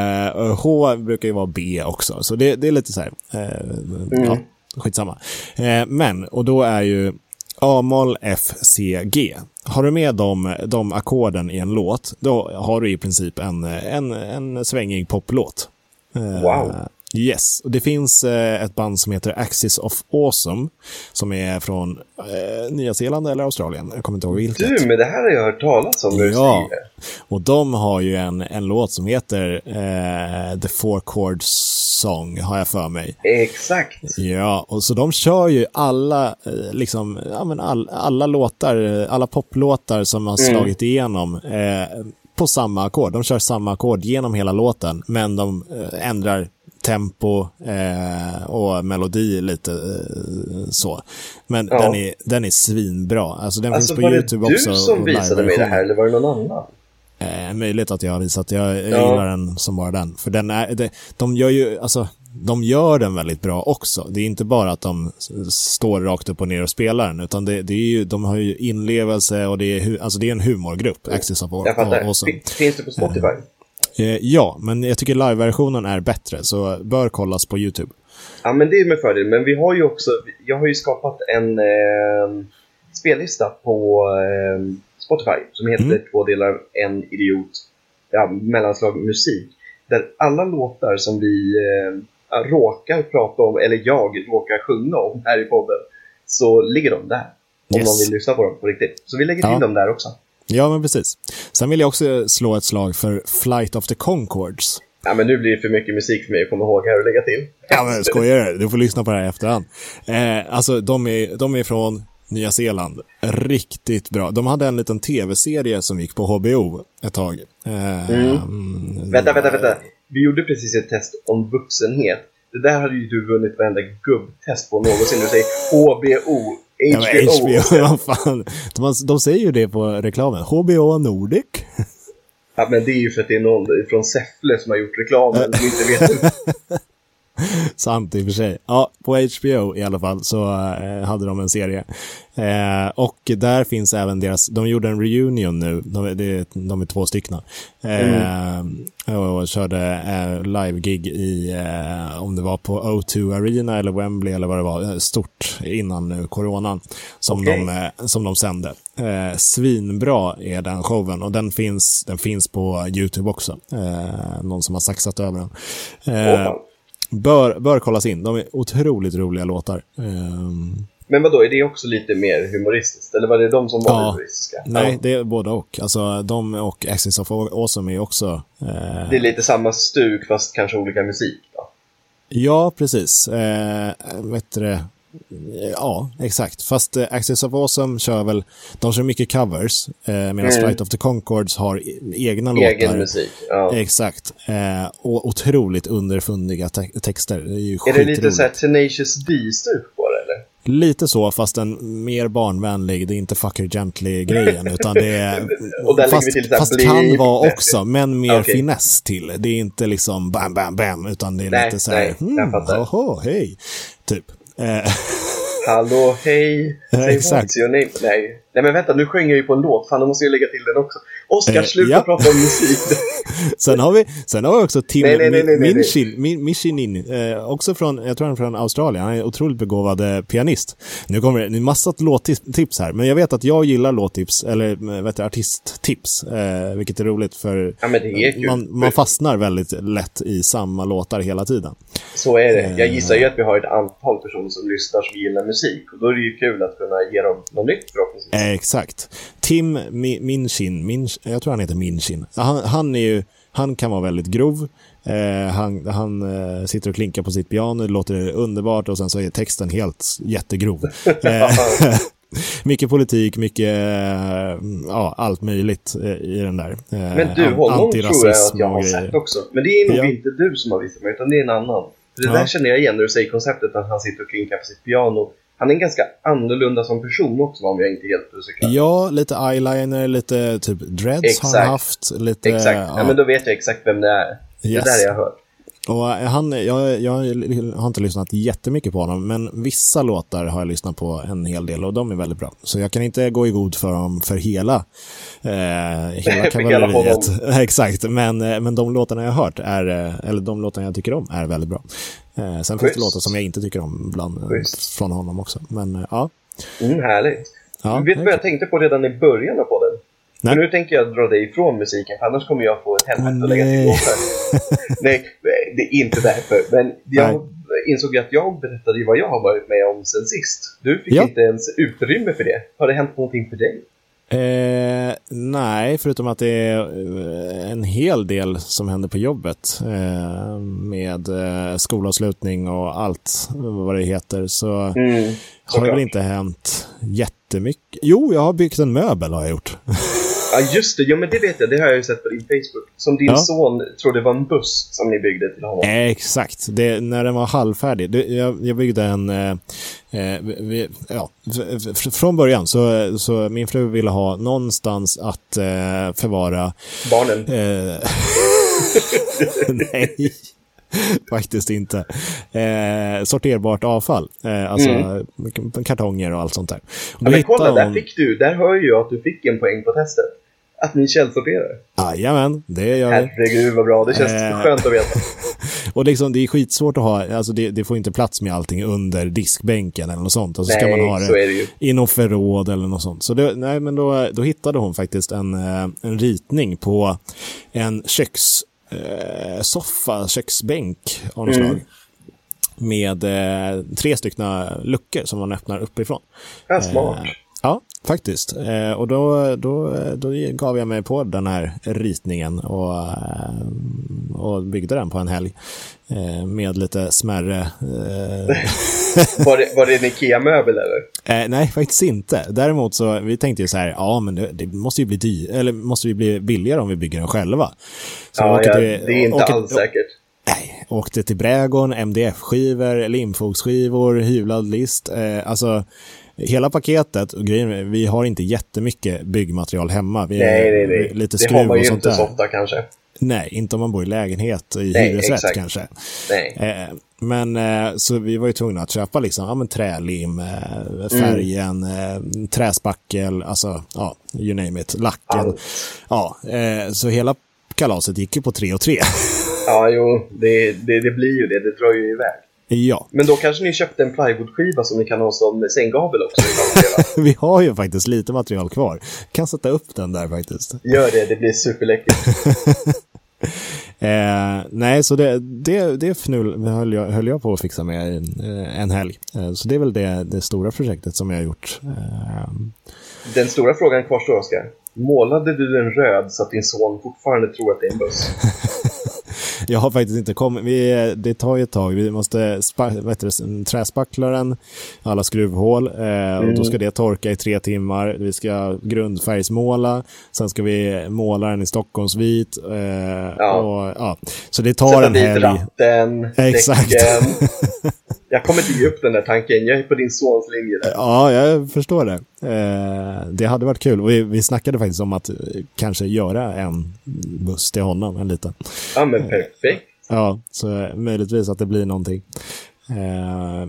S2: det. Eh, och H brukar ju vara B också, så det, det är lite så här. Eh,
S1: Mm.
S2: ja, skitsamma. Eh, men, och då är ju A-moll, F, C, G. Har du med de, de ackorden i en låt, då har du i princip en, en, en svängig poplåt. Eh,
S1: Wow.
S2: Yes, och det finns eh, ett band som heter Axis of Awesome som är från eh, Nya Zeeland eller Australien. Jag kommer inte ihåg vilket.
S1: Du, men det här har jag hört talas om när du
S2: Ja,
S1: säger det.
S2: och de har ju en, en låt som heter eh, The Four Chords Song, har jag för mig.
S1: Exakt.
S2: Ja, och så de kör ju alla, eh, liksom, ja, men all, alla låtar, eh, alla poplåtar som har
S1: Mm.
S2: slagit igenom eh, på samma ackord. De kör samma ackord genom hela låten, men de eh, ändrar tempo eh, och melodi lite eh, så. Men
S1: Ja.
S2: den, är, den är svinbra. Alltså den
S1: Alltså,
S2: finns på
S1: var
S2: YouTube
S1: det du
S2: också.
S1: som
S2: och
S1: visade mig det
S2: liveversion.
S1: här, eller var det någon annan?
S2: Eh, möjligt att jag har visat. Jag, jag
S1: Ja.
S2: gillar den som bara den. För den är, de, de gör ju, alltså, de gör den väldigt bra också. Det är inte bara att de s- står rakt upp och ner och spelar den, utan det, det är ju, de har ju inlevelse och det är, hu- alltså det är en humorgrupp, Axis of
S1: Mm. Jag fattar.
S2: Awesome.
S1: Fin- Finns det på Spotify?
S2: Eh, ja, men jag tycker liveversionen är bättre, så bör kollas på YouTube.
S1: Ja, men det är med fördel. Men vi har ju också, jag har ju skapat en eh, spellista på eh, Spotify som heter
S2: Mm.
S1: Två delar, en idiot, ja, mellanslag musik. Där alla låtar som vi eh, råkar prata om, eller jag råkar sjunga om här i podden, så ligger de där. Om
S2: Yes.
S1: någon vill lyssna på dem på riktigt. Så vi lägger till
S2: Ja.
S1: dem där också.
S2: Ja, men precis. Sen vill jag också slå ett slag för Flight of the Concords.
S1: Ja, men nu blir det för mycket musik för mig att komma ihåg här och lägga till.
S2: Ja, men skojar du? Du får lyssna på det här i efterhand. Eh, alltså, de är, de är från Nya Zeeland. Riktigt bra. De hade en liten tv-serie som gick på HBO ett tag. Eh,
S1: Vänta, vänta, vänta. Eh, Vi gjorde precis ett test om vuxenhet. Det där hade ju du vunnit varenda gubbtest på någonsin. Du säger HBO,
S2: ja, men
S1: HBO.
S2: HBO, vad fan. De, de säger ju det på reklamen. HBO Nordic.
S1: Ja, men det är ju för att det är någon från Säffle som har gjort reklamen. som inte vet hur.
S2: Sant i och för sig. Ja, på HBO i alla fall så eh, hade de en serie. Eh, och där finns även deras, de gjorde en reunion nu, de, är- det, är- de är två styckna. Eh,
S1: Mm.
S2: Och körde eh, live-gig i, eh, om det var på O2 Arena eller Wembley eller vad det var, eh, stort innan nu coronan, som,
S1: Okej.
S2: de, eh, som de sände. Eh, svinbra är den showen och den finns, den finns på YouTube också. Eh, någon som har saxat över den. Eh,
S1: Åh.
S2: Bör, bör kollas in. De är otroligt roliga låtar. Ehm,
S1: Men vadå, är det också lite mer humoristiskt? Eller var det de som var humoristiska?
S2: nej,
S1: Ja.
S2: det är båda och. Alltså, de och Axis of Awesome är också... eh,
S1: Det är lite samma stuk fast kanske olika musik. Då.
S2: ja, precis. Eh, vad heter det? Ja, exakt. Fast eh, Access of Awesome kör väl, de kör mycket covers, eh, medan
S1: Mm.
S2: Flight of the Conchords har e- egna låtar.
S1: Egen musik. Ja.
S2: Exakt. Eh, och otroligt underfundiga te- texter. Det är ju
S1: Är det lite
S2: skitroligt.
S1: såhär Tenacious D-stup på det eller?
S2: Lite så, fast en mer barnvänlig. Det är inte fucker gently-grejen, utan det är...
S1: Och där lägger
S2: fast
S1: vi till så här
S2: fast
S1: bleep.
S2: kan vara också, men mer
S1: Okej.
S2: finess till. Det är inte liksom bam, bam, bam, utan det är
S1: Nej,
S2: lite så här...
S1: nej, jag fattar.
S2: jaha, hej, typ. Eh,
S1: Hallå, hej,
S2: Ja,
S1: say
S2: exakt.
S1: what's your name? Nej. Nej men vänta, nu sjöng jag ju på en låt. Fan, då måste jag lägga till den också. Oskar,
S2: Eh,
S1: sluta
S2: ja.
S1: prata om musik.
S2: sen, har vi, sen har vi också Tim
S1: Nej, nej, nej, nej, nej.
S2: Minchin, Min- Michinin, eh, också från, jag tror han är från Australien. Han är en otroligt begåvad eh, pianist. Nu kommer det en massa låttips här, men jag vet att jag gillar låttips, eller eh, vet du, artisttips, eh, vilket är roligt för
S1: Ja, men det är kul.
S2: man, man fastnar väldigt lätt i samma låtar hela tiden.
S1: Så är det.
S2: Eh.
S1: Jag gissar ju att vi har ett antal personer som lyssnar som gillar musik. Och då är det ju kul att kunna ge dem något nytt förhoppningsvis.
S2: Eh, exakt. Tim Mi- Minchin, Min, jag tror han heter Minchin. Han, han, är ju, han kan vara väldigt grov. Eh, han han eh, sitter och klinkar på sitt piano, det låter underbart och sen så är texten helt jättegrov. Eh, mycket politik, mycket eh, ja, allt möjligt eh, i den där. Eh,
S1: Men du,
S2: an-
S1: honom tror jag att
S2: antirasism
S1: jag har
S2: och grejer.
S1: sett också. Men det är nog
S2: Ja.
S1: inte du som har visat mig, utan det är en annan. För det
S2: Ja.
S1: där känner jag igen när du säger konceptet att han sitter och klinkar på sitt piano. Han är ganska annorlunda som person också om jag inte är helt osäker.
S2: Ja, lite eyeliner, lite typ dreads har
S1: Exakt.
S2: han haft. Lite,
S1: Exakt. Ja.
S2: ja.
S1: men då vet jag exakt vem det är.
S2: Yes.
S1: Det där har jag hört.
S2: Och eh, han, jag, jag har inte lyssnat jättemycket på honom, men vissa låtar har jag lyssnat på en hel del och de är väldigt bra. Så jag kan inte gå i god för dem för hela, eh, hela
S1: För hela
S2: kavalleriet. Exakt, men, eh, men de låtarna jag har hört, är, eh, eller de låtarna jag tycker om, är väldigt bra. Eh, sen finns
S1: Schysst.
S2: det låtar som jag inte tycker om bland, eh,
S1: Schysst.
S2: från honom också. Men eh, ja.
S1: Mm, härligt.
S2: ja
S1: vet du vad jag tänkte på redan i början av podden?
S2: Nej.
S1: För nu tänker jag dra dig ifrån musiken, för annars kommer jag få ett helvete
S2: Åh,
S1: att lägga till
S2: nej.
S1: låtar. nej, nej, det är inte därför. Men jag
S2: Nej.
S1: insåg ju att jag berättade ju vad jag har varit med om sen sist. Du fick
S2: Ja.
S1: inte ens utrymme för det. Har det hänt någonting för dig?
S2: Eh, nej, förutom att det är eh, en hel del som händer på jobbet eh, med eh, skolavslutning och allt vad det heter så
S1: Mm.
S2: har det
S1: såklart.
S2: väl inte hänt jättemycket. Jo, jag har byggt en möbel har jag gjort.
S1: Ja, just det. Jo, men det vet jag. Det har jag ju sett på din Facebook. Som din
S2: Ja.
S1: son trodde var en buss som ni byggde till honom.
S2: Eh, Exakt, det, när den var halvfärdig. Det, jag, jag byggde en... Eh, eh, vi- vi, ja, f- f- från början så, så min fru ville ha någonstans att eh, förvara
S1: Barnen.
S2: Eh, nej, faktiskt inte. Eh, sorterbart avfall, eh, alltså k- kartonger och allt sånt där. Och
S1: Mm. Ja, men kolla,
S2: hittade
S1: där fick du. Där hör ju jag att du fick en poäng på testet. Att ni källsorterar.
S2: Jajamän, det gör vi.
S1: Herregud vad bra. Det känns
S2: Eh.
S1: skönt att veta.
S2: Och liksom, det är skitsvårt att ha, alltså det, det får inte plats med allting under diskbänken eller något sånt. Och så ska
S1: Nej,
S2: man ha
S1: så
S2: det
S1: är det ju.
S2: i någon förråd eller något sånt. Så det, nej, men då, då hittade hon faktiskt en, eh, en ritning på en köks, eh, soffa, köksbänk av något slag. Med eh, tre stycken luckor som man öppnar uppifrån.
S1: Ja, smart.
S2: Eh, Ja, faktiskt. Eh, och då, då, då gav jag mig på den här ritningen och, eh, och byggde den på en helg. Eh, med lite smärre... Eh,
S1: Var, det, var det en IKEA-möbel eller?
S2: eh, nej, faktiskt inte. Däremot så, vi tänkte ju så här, ja men det, det måste ju bli dy- eller måste ju bli billigare om vi bygger den själva. Så
S1: Ja,
S2: åkte
S1: ja,
S2: till-
S1: det är inte
S2: åkte-
S1: alls säkert.
S2: Nej, åkte till Brägon, MDF-skivor, limfogsskivor, hyvlad list. Eh, alltså, hela paketet. Och grejen, är, vi har inte jättemycket byggmaterial hemma. Vi är
S1: Nej, nej, nej.
S2: eh, Lite
S1: det har
S2: skruv
S1: man
S2: och
S1: ju
S2: sånt
S1: inte
S2: där.
S1: så ofta kanske.
S2: Nej, inte om man bor i lägenhet i
S1: Nej,
S2: hyresrätt
S1: exakt.
S2: kanske.
S1: Nej.
S2: Eh, men eh, så vi var ju tvungna att köpa liksom, ja, men trälim, eh, färgen, eh, träspackel, alltså ja, you name it, lacken.
S1: Allt.
S2: Ja, eh, så hela kalaset gick ju på tre och tre.
S1: Ja, jo, det, det, det blir ju det. Det drar ju iväg.
S2: ja.
S1: Men då kanske ni köpte en plywoodskiva som ni kan ha som sänggavel också.
S2: Vi har ju faktiskt lite material kvar. Kan sätta upp den där faktiskt.
S1: Gör det, det blir superläckert.
S2: Eh, nej, så det, det, det fnul, höll, jag, höll jag på att fixa med eh, en helg. Eh, så det är väl det, det stora projektet som jag har gjort. Eh,
S1: Den stora frågan kvarstår, Oskar. Målade du den röd så att din son fortfarande tror att det är en buss?
S2: Jag har faktiskt inte kommit. Vi, det tar ju ett tag. Vi måste spa, vet du, träspackla den, alla skruvhål. Eh, och
S1: Mm.
S2: då ska det torka i tre timmar. Vi ska grundfärgsmåla. Sen ska vi måla den i Stockholmsvit. Eh,
S1: Ja.
S2: Och, ja. Så det tar
S1: Sätta
S2: en
S1: dit
S2: helg.
S1: ratten,
S2: Exakt.
S1: däcken. Jag kommer inte ge upp den där tanken. Jag är på din sons linje där.
S2: Ja, jag förstår det. Eh, det hade varit kul. Och vi, vi snackade faktiskt om att eh, kanske göra en buss till honom, en liten.
S1: Ja, men perfekt.
S2: Ja, så eh, möjligtvis att det blir någonting. Eh,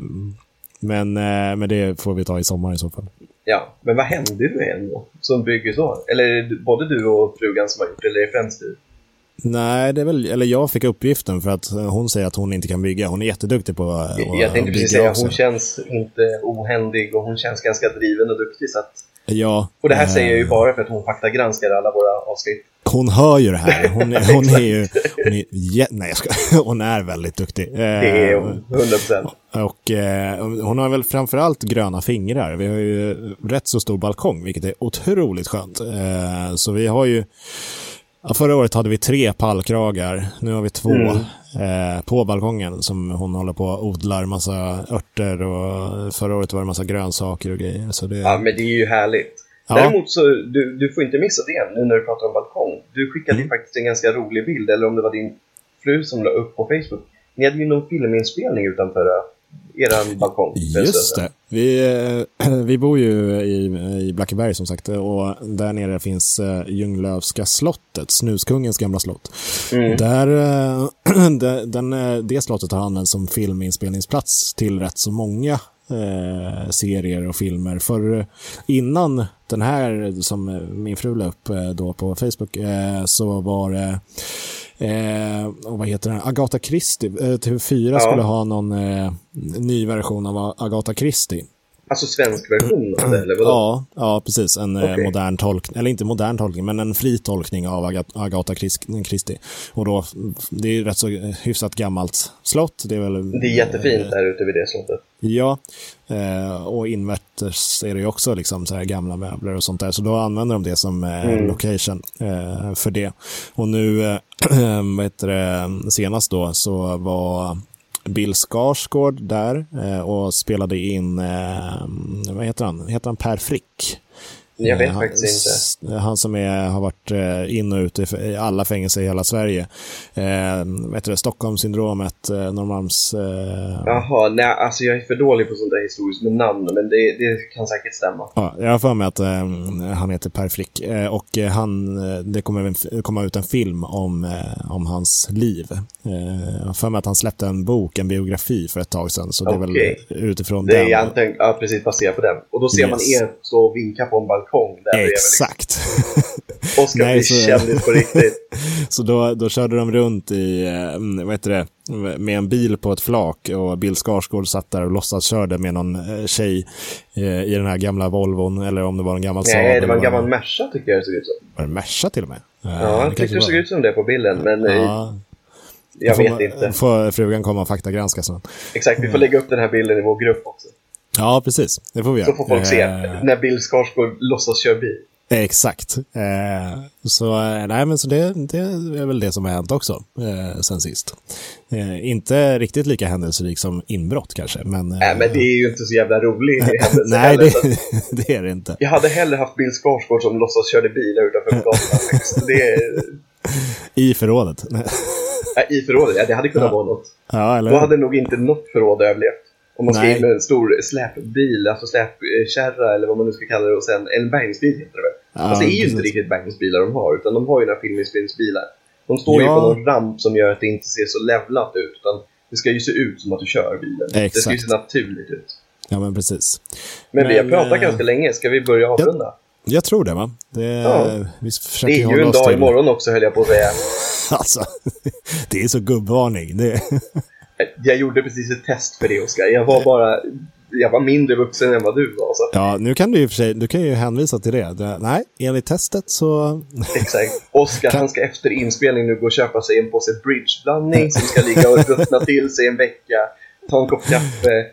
S2: men, eh, men det får vi ta i sommar i så fall.
S1: Ja, men vad hände du än då? Som bygger så? Eller är det du- både du och frugan som har gjort det, eller är det främst du?
S2: Nej, det är väl, eller jag fick uppgiften för att eh, hon säger att hon inte kan bygga. Hon är jätteduktig på att
S1: Jag-
S2: att
S1: jag tänkte precis
S2: bygga
S1: säga,
S2: också.
S1: hon känns inte ohändig och hon känns ganska driven och duktig. Så att,
S2: Ja,
S1: och det här
S2: eh,
S1: säger jag ju bara för att hon faktagranskar alla våra avsnitt.
S2: Hon hör ju det här. Hon, är- hon är ju... Hon är, jä- nej, jag ska, hon är väldigt duktig. Eh,
S1: Det är hon, 100%.
S2: Och eh, hon har väl framförallt gröna fingrar. Vi har ju rätt så stor balkong, vilket är otroligt skönt. Eh, så vi har ju... Ja, förra året hade vi tre pallkragar. Nu har vi två eh, på balkongen som hon håller på och odlar massa örter och förra året var det massa grönsaker och grejer. Så det,
S1: Ja, men det är ju härligt.
S2: Ja.
S1: Däremot så, du, du får inte missa det nu när du pratar om balkong. Du skickade
S2: Mm.
S1: ju faktiskt en ganska rolig bild, eller om det var din fru som la upp på Facebook. Ni hade ju någon filminspelning utanför eh, eran balkong.
S2: Just det. Vi, eh, vi bor ju i, i Blackeberg som sagt och där nere finns eh, Ljunglövska slottet, Snuskungens gamla slott. Där, eh, de- den, eh, det slottet har använts som filminspelningsplats till rätt så många eh, serier och filmer. För eh, innan den här som eh, min fru la upp eh, då på Facebook eh, så var det Eh, och vad heter den? Agatha Christie. Eh, TV4
S1: Ja.
S2: skulle ha någon eh, ny version av Agatha Christie.
S1: Alltså svensk version av det, eller vadå?
S2: Ja, ja, precis. En eh,
S1: Okej.
S2: modern tolkning, eller inte modern tolkning, men en fri tolkning av Agat- Agatha Chris- Christie. Och då, det är ju rätt så eh, hyfsat gammalt slott. Det är, väl,
S1: Det är jättefint där ute vid det slottet.
S2: Ja, eh, och invärtes är det ju också liksom så här gamla möbler och sånt där. Så då använder de det som eh,
S1: Mm.
S2: location eh, för det. Och nu, eh, vad heter det, senast då så var Bill Skarsgård där eh, och spelade in, eh, vad heter han, heter han Per Frick?
S1: Jag vet
S2: Eh, han,
S1: faktiskt inte.
S2: s- Han som är, har varit eh, in och ut i f- i alla fängelser i hela Sverige. Eh, vad heter det? Stockholmssyndromet, eh, Norrmalms... Eh,
S1: Jaha, nej alltså jag är för dålig på sånt där historiskt med namn, men det, det kan säkert stämma.
S2: Ja, jag har för mig att eh, han heter Per Frick eh, och eh, han, eh, det kommer även f- komma ut en film om, eh, om hans liv. Eh, jag har för mig att han släppte en bok, en biografi för ett tag sedan, så det är
S1: Okej.
S2: väl utifrån
S1: Det är
S2: den.
S1: antagligen, ja precis, baserat på den. Och då ser man
S2: Yes.
S1: er stå och vinka på en balkong där bredvid.
S2: Exakt.
S1: Oskar
S2: Nej,
S1: blir
S2: så-
S1: kändis på riktigt.
S2: Så då, då körde de runt i, eh, mm, vad heter det, med en bil på ett flak och Bill Skarsgård satt där och låtsaskörde med någon eh, tjej eh, i den här gamla Volvon, eller om det var en gammal Saab.
S1: Nej, det
S2: eller
S1: var en
S2: vad
S1: gammal Merca tycker jag det såg ut som.
S2: Var det en Merca till och med?
S1: Ja,
S2: Eh, det
S1: jag tyckte
S2: kanske
S1: det såg
S2: var.
S1: ut som det på bilden, men eh,
S2: Ja,
S1: jag
S2: Får
S1: vet
S2: man-
S1: inte.
S2: Får frugan komma och faktagranska sen?
S1: Exakt, vi får lägga upp den här bilden i vår grupp också.
S2: Ja, precis. Det får vi göra.
S1: Så får folk se
S2: Eh,
S1: när Bill Skarsgård låtsas köra bil.
S2: exakt. Eh, så eh, nej, men så det, det är väl det som har hänt också eh, sen sist. Eh, inte riktigt lika händelserik som inbrott kanske, men... eh,
S1: Nej, men det är ju inte så jävla rolig händelse
S2: nej,
S1: heller,
S2: det,
S1: så att-
S2: det är det inte.
S1: Jag hade hellre haft Bill Skarsgård som låtsas körde bilar utanför på gatan. faktiskt. Det är,
S2: I förrådet. Nej.
S1: ja, I förrådet, ja, det hade kunnat vara något.
S2: ja, eller
S1: Då
S2: hur?
S1: hade nog inte något förråd överlevt. Om man ska
S2: Nej.
S1: in med en stor släpbil, alltså släpkärra eller vad man nu ska kalla det, och sen en bärgningsbil heter det väl?
S2: Ja,
S1: alltså det är ju inte
S2: precis.
S1: riktigt bärgningsbilar de har, utan de har ju några filminspelningsbilar. De står ju
S2: Ja.
S1: på någon ramp som gör att det inte ser så levlat ut, utan det ska ju se ut som att du kör bilen. Det ska ju
S2: Exakt.
S1: se naturligt ut.
S2: Ja, men precis.
S1: Men, vi har
S2: Men,
S1: pratat
S2: eh,
S1: ganska länge, ska vi börja avrunda?
S2: Jag tror det, va? Det,
S1: Ja.
S2: Vi
S1: Det
S2: försöker
S1: är ju
S2: hålla
S1: en
S2: oss
S1: dag
S2: till-
S1: imorgon också höll jag på att säga.
S2: Alltså, det är så gubbvarning. Det,
S1: Jag gjorde precis ett test för det Oskar. Jag var bara, jag var mindre vuxen än vad du var. Så.
S2: Ja, nu kan du ju för sig, du kan ju hänvisa till det. det nej, enligt testet så...
S1: Exakt. Oskar,
S2: Kan-
S1: han ska efter inspelning nu gå och köpa sig en påse bridgeblandning som ska ligga och ruttna till sig en vecka. Ta en kopp kaffe.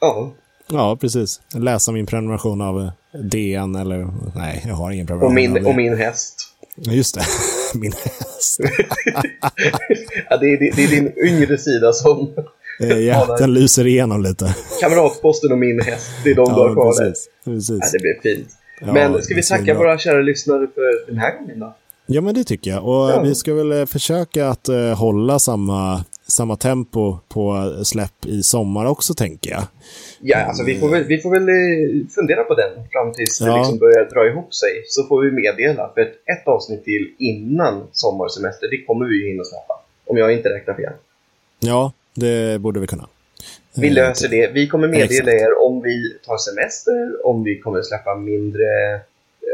S1: Ja,
S2: Ja, precis. Läsa min prenumeration av eh, DN eller... Nej, jag har ingen prenumeration
S1: och min,
S2: av det.
S1: och min häst.
S2: Just det. min häst.
S1: ja, det, är, det, det är din yngre sida som
S2: Eh, ja, den lyser igenom lite.
S1: kamratposten och min häst. Det är de du har kvar där.
S2: precis. precis.
S1: Ja, det blir fint.
S2: Ja,
S1: Men ska
S2: det
S1: vi
S2: ser
S1: tacka
S2: bra.
S1: våra kära lyssnare för den här gången då?
S2: Ja, men det tycker jag. Och
S1: Ja.
S2: vi ska väl eh, försöka att eh, hålla samma, samma tempo på eh, släpp i sommar också, tänker jag.
S1: Ja, alltså vi får väl, vi får väl eh, fundera på den fram tills det
S2: Ja.
S1: liksom börjar dra ihop sig. Så får vi meddela. För ett, ett avsnitt till innan sommarsemester, det kommer vi ju hinna släppa. Om jag inte räknar fel.
S2: Ja, det borde vi kunna.
S1: Vi
S2: Eh,
S1: löser det. Vi kommer meddela
S2: Exakt.
S1: er om vi tar semester, om vi kommer släppa mindre eh,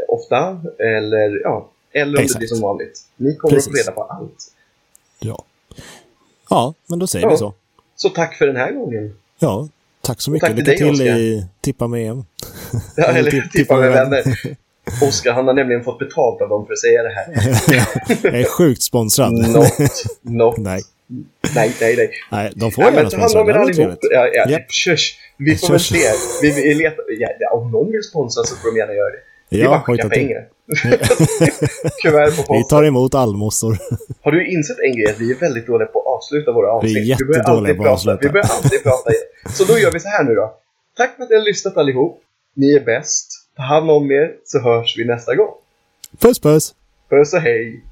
S1: ofta eller, ja, eller om det
S2: Exakt.
S1: blir som vanligt. Ni kommer att få
S2: Precis.
S1: reda på allt.
S2: Ja. ja, men då säger
S1: Ja.
S2: vi så.
S1: Så tack för den här gången.
S2: Ja, tack så mycket.
S1: tack till
S2: Lycka
S1: dig,
S2: till
S1: Oskar.
S2: i Tippa med EM.
S1: Ja,
S2: Eller
S1: eller
S2: tipp-
S1: tippa med
S2: tippa med
S1: vänner. Oskar, han har nämligen fått betalt av dem för att säga det här.
S2: jag är sjukt sponsrad.
S1: Mm. Not, not.
S2: Nej.
S1: nej, nej. nej.
S2: Nej, de får
S1: Nej,
S2: gärna
S1: men ta hand
S2: sponsra.
S1: om
S2: Det
S1: er
S2: hade varit
S1: allihop.
S2: trevligt.
S1: Ja, ja.
S2: Japp.
S1: Tjösch. Vi får väl
S2: Tjösch.
S1: se. Vi, vi letar. Ja, ja, om någon vill sponsra så får de gärna göra det. Det är bara
S2: Ja,
S1: att
S2: hojta
S1: skicka
S2: till.
S1: pengar. Kuvert på
S2: Vi
S1: posten.
S2: tar emot allmosor.
S1: Har du insett en grej? Att vi är väldigt dåliga på att avsluta våra avsnitt.
S2: Vi är
S1: börjar
S2: jättedåliga
S1: alltid
S2: på att
S1: prata.
S2: avsluta.
S1: Vi börjar alltid prata igen. Så då gör vi så här nu då. Tack för att ni har lyssnat allihop. Ni är bäst. Ta hand om er så hörs vi nästa gång.
S2: Puss, puss!
S1: Puss och hej!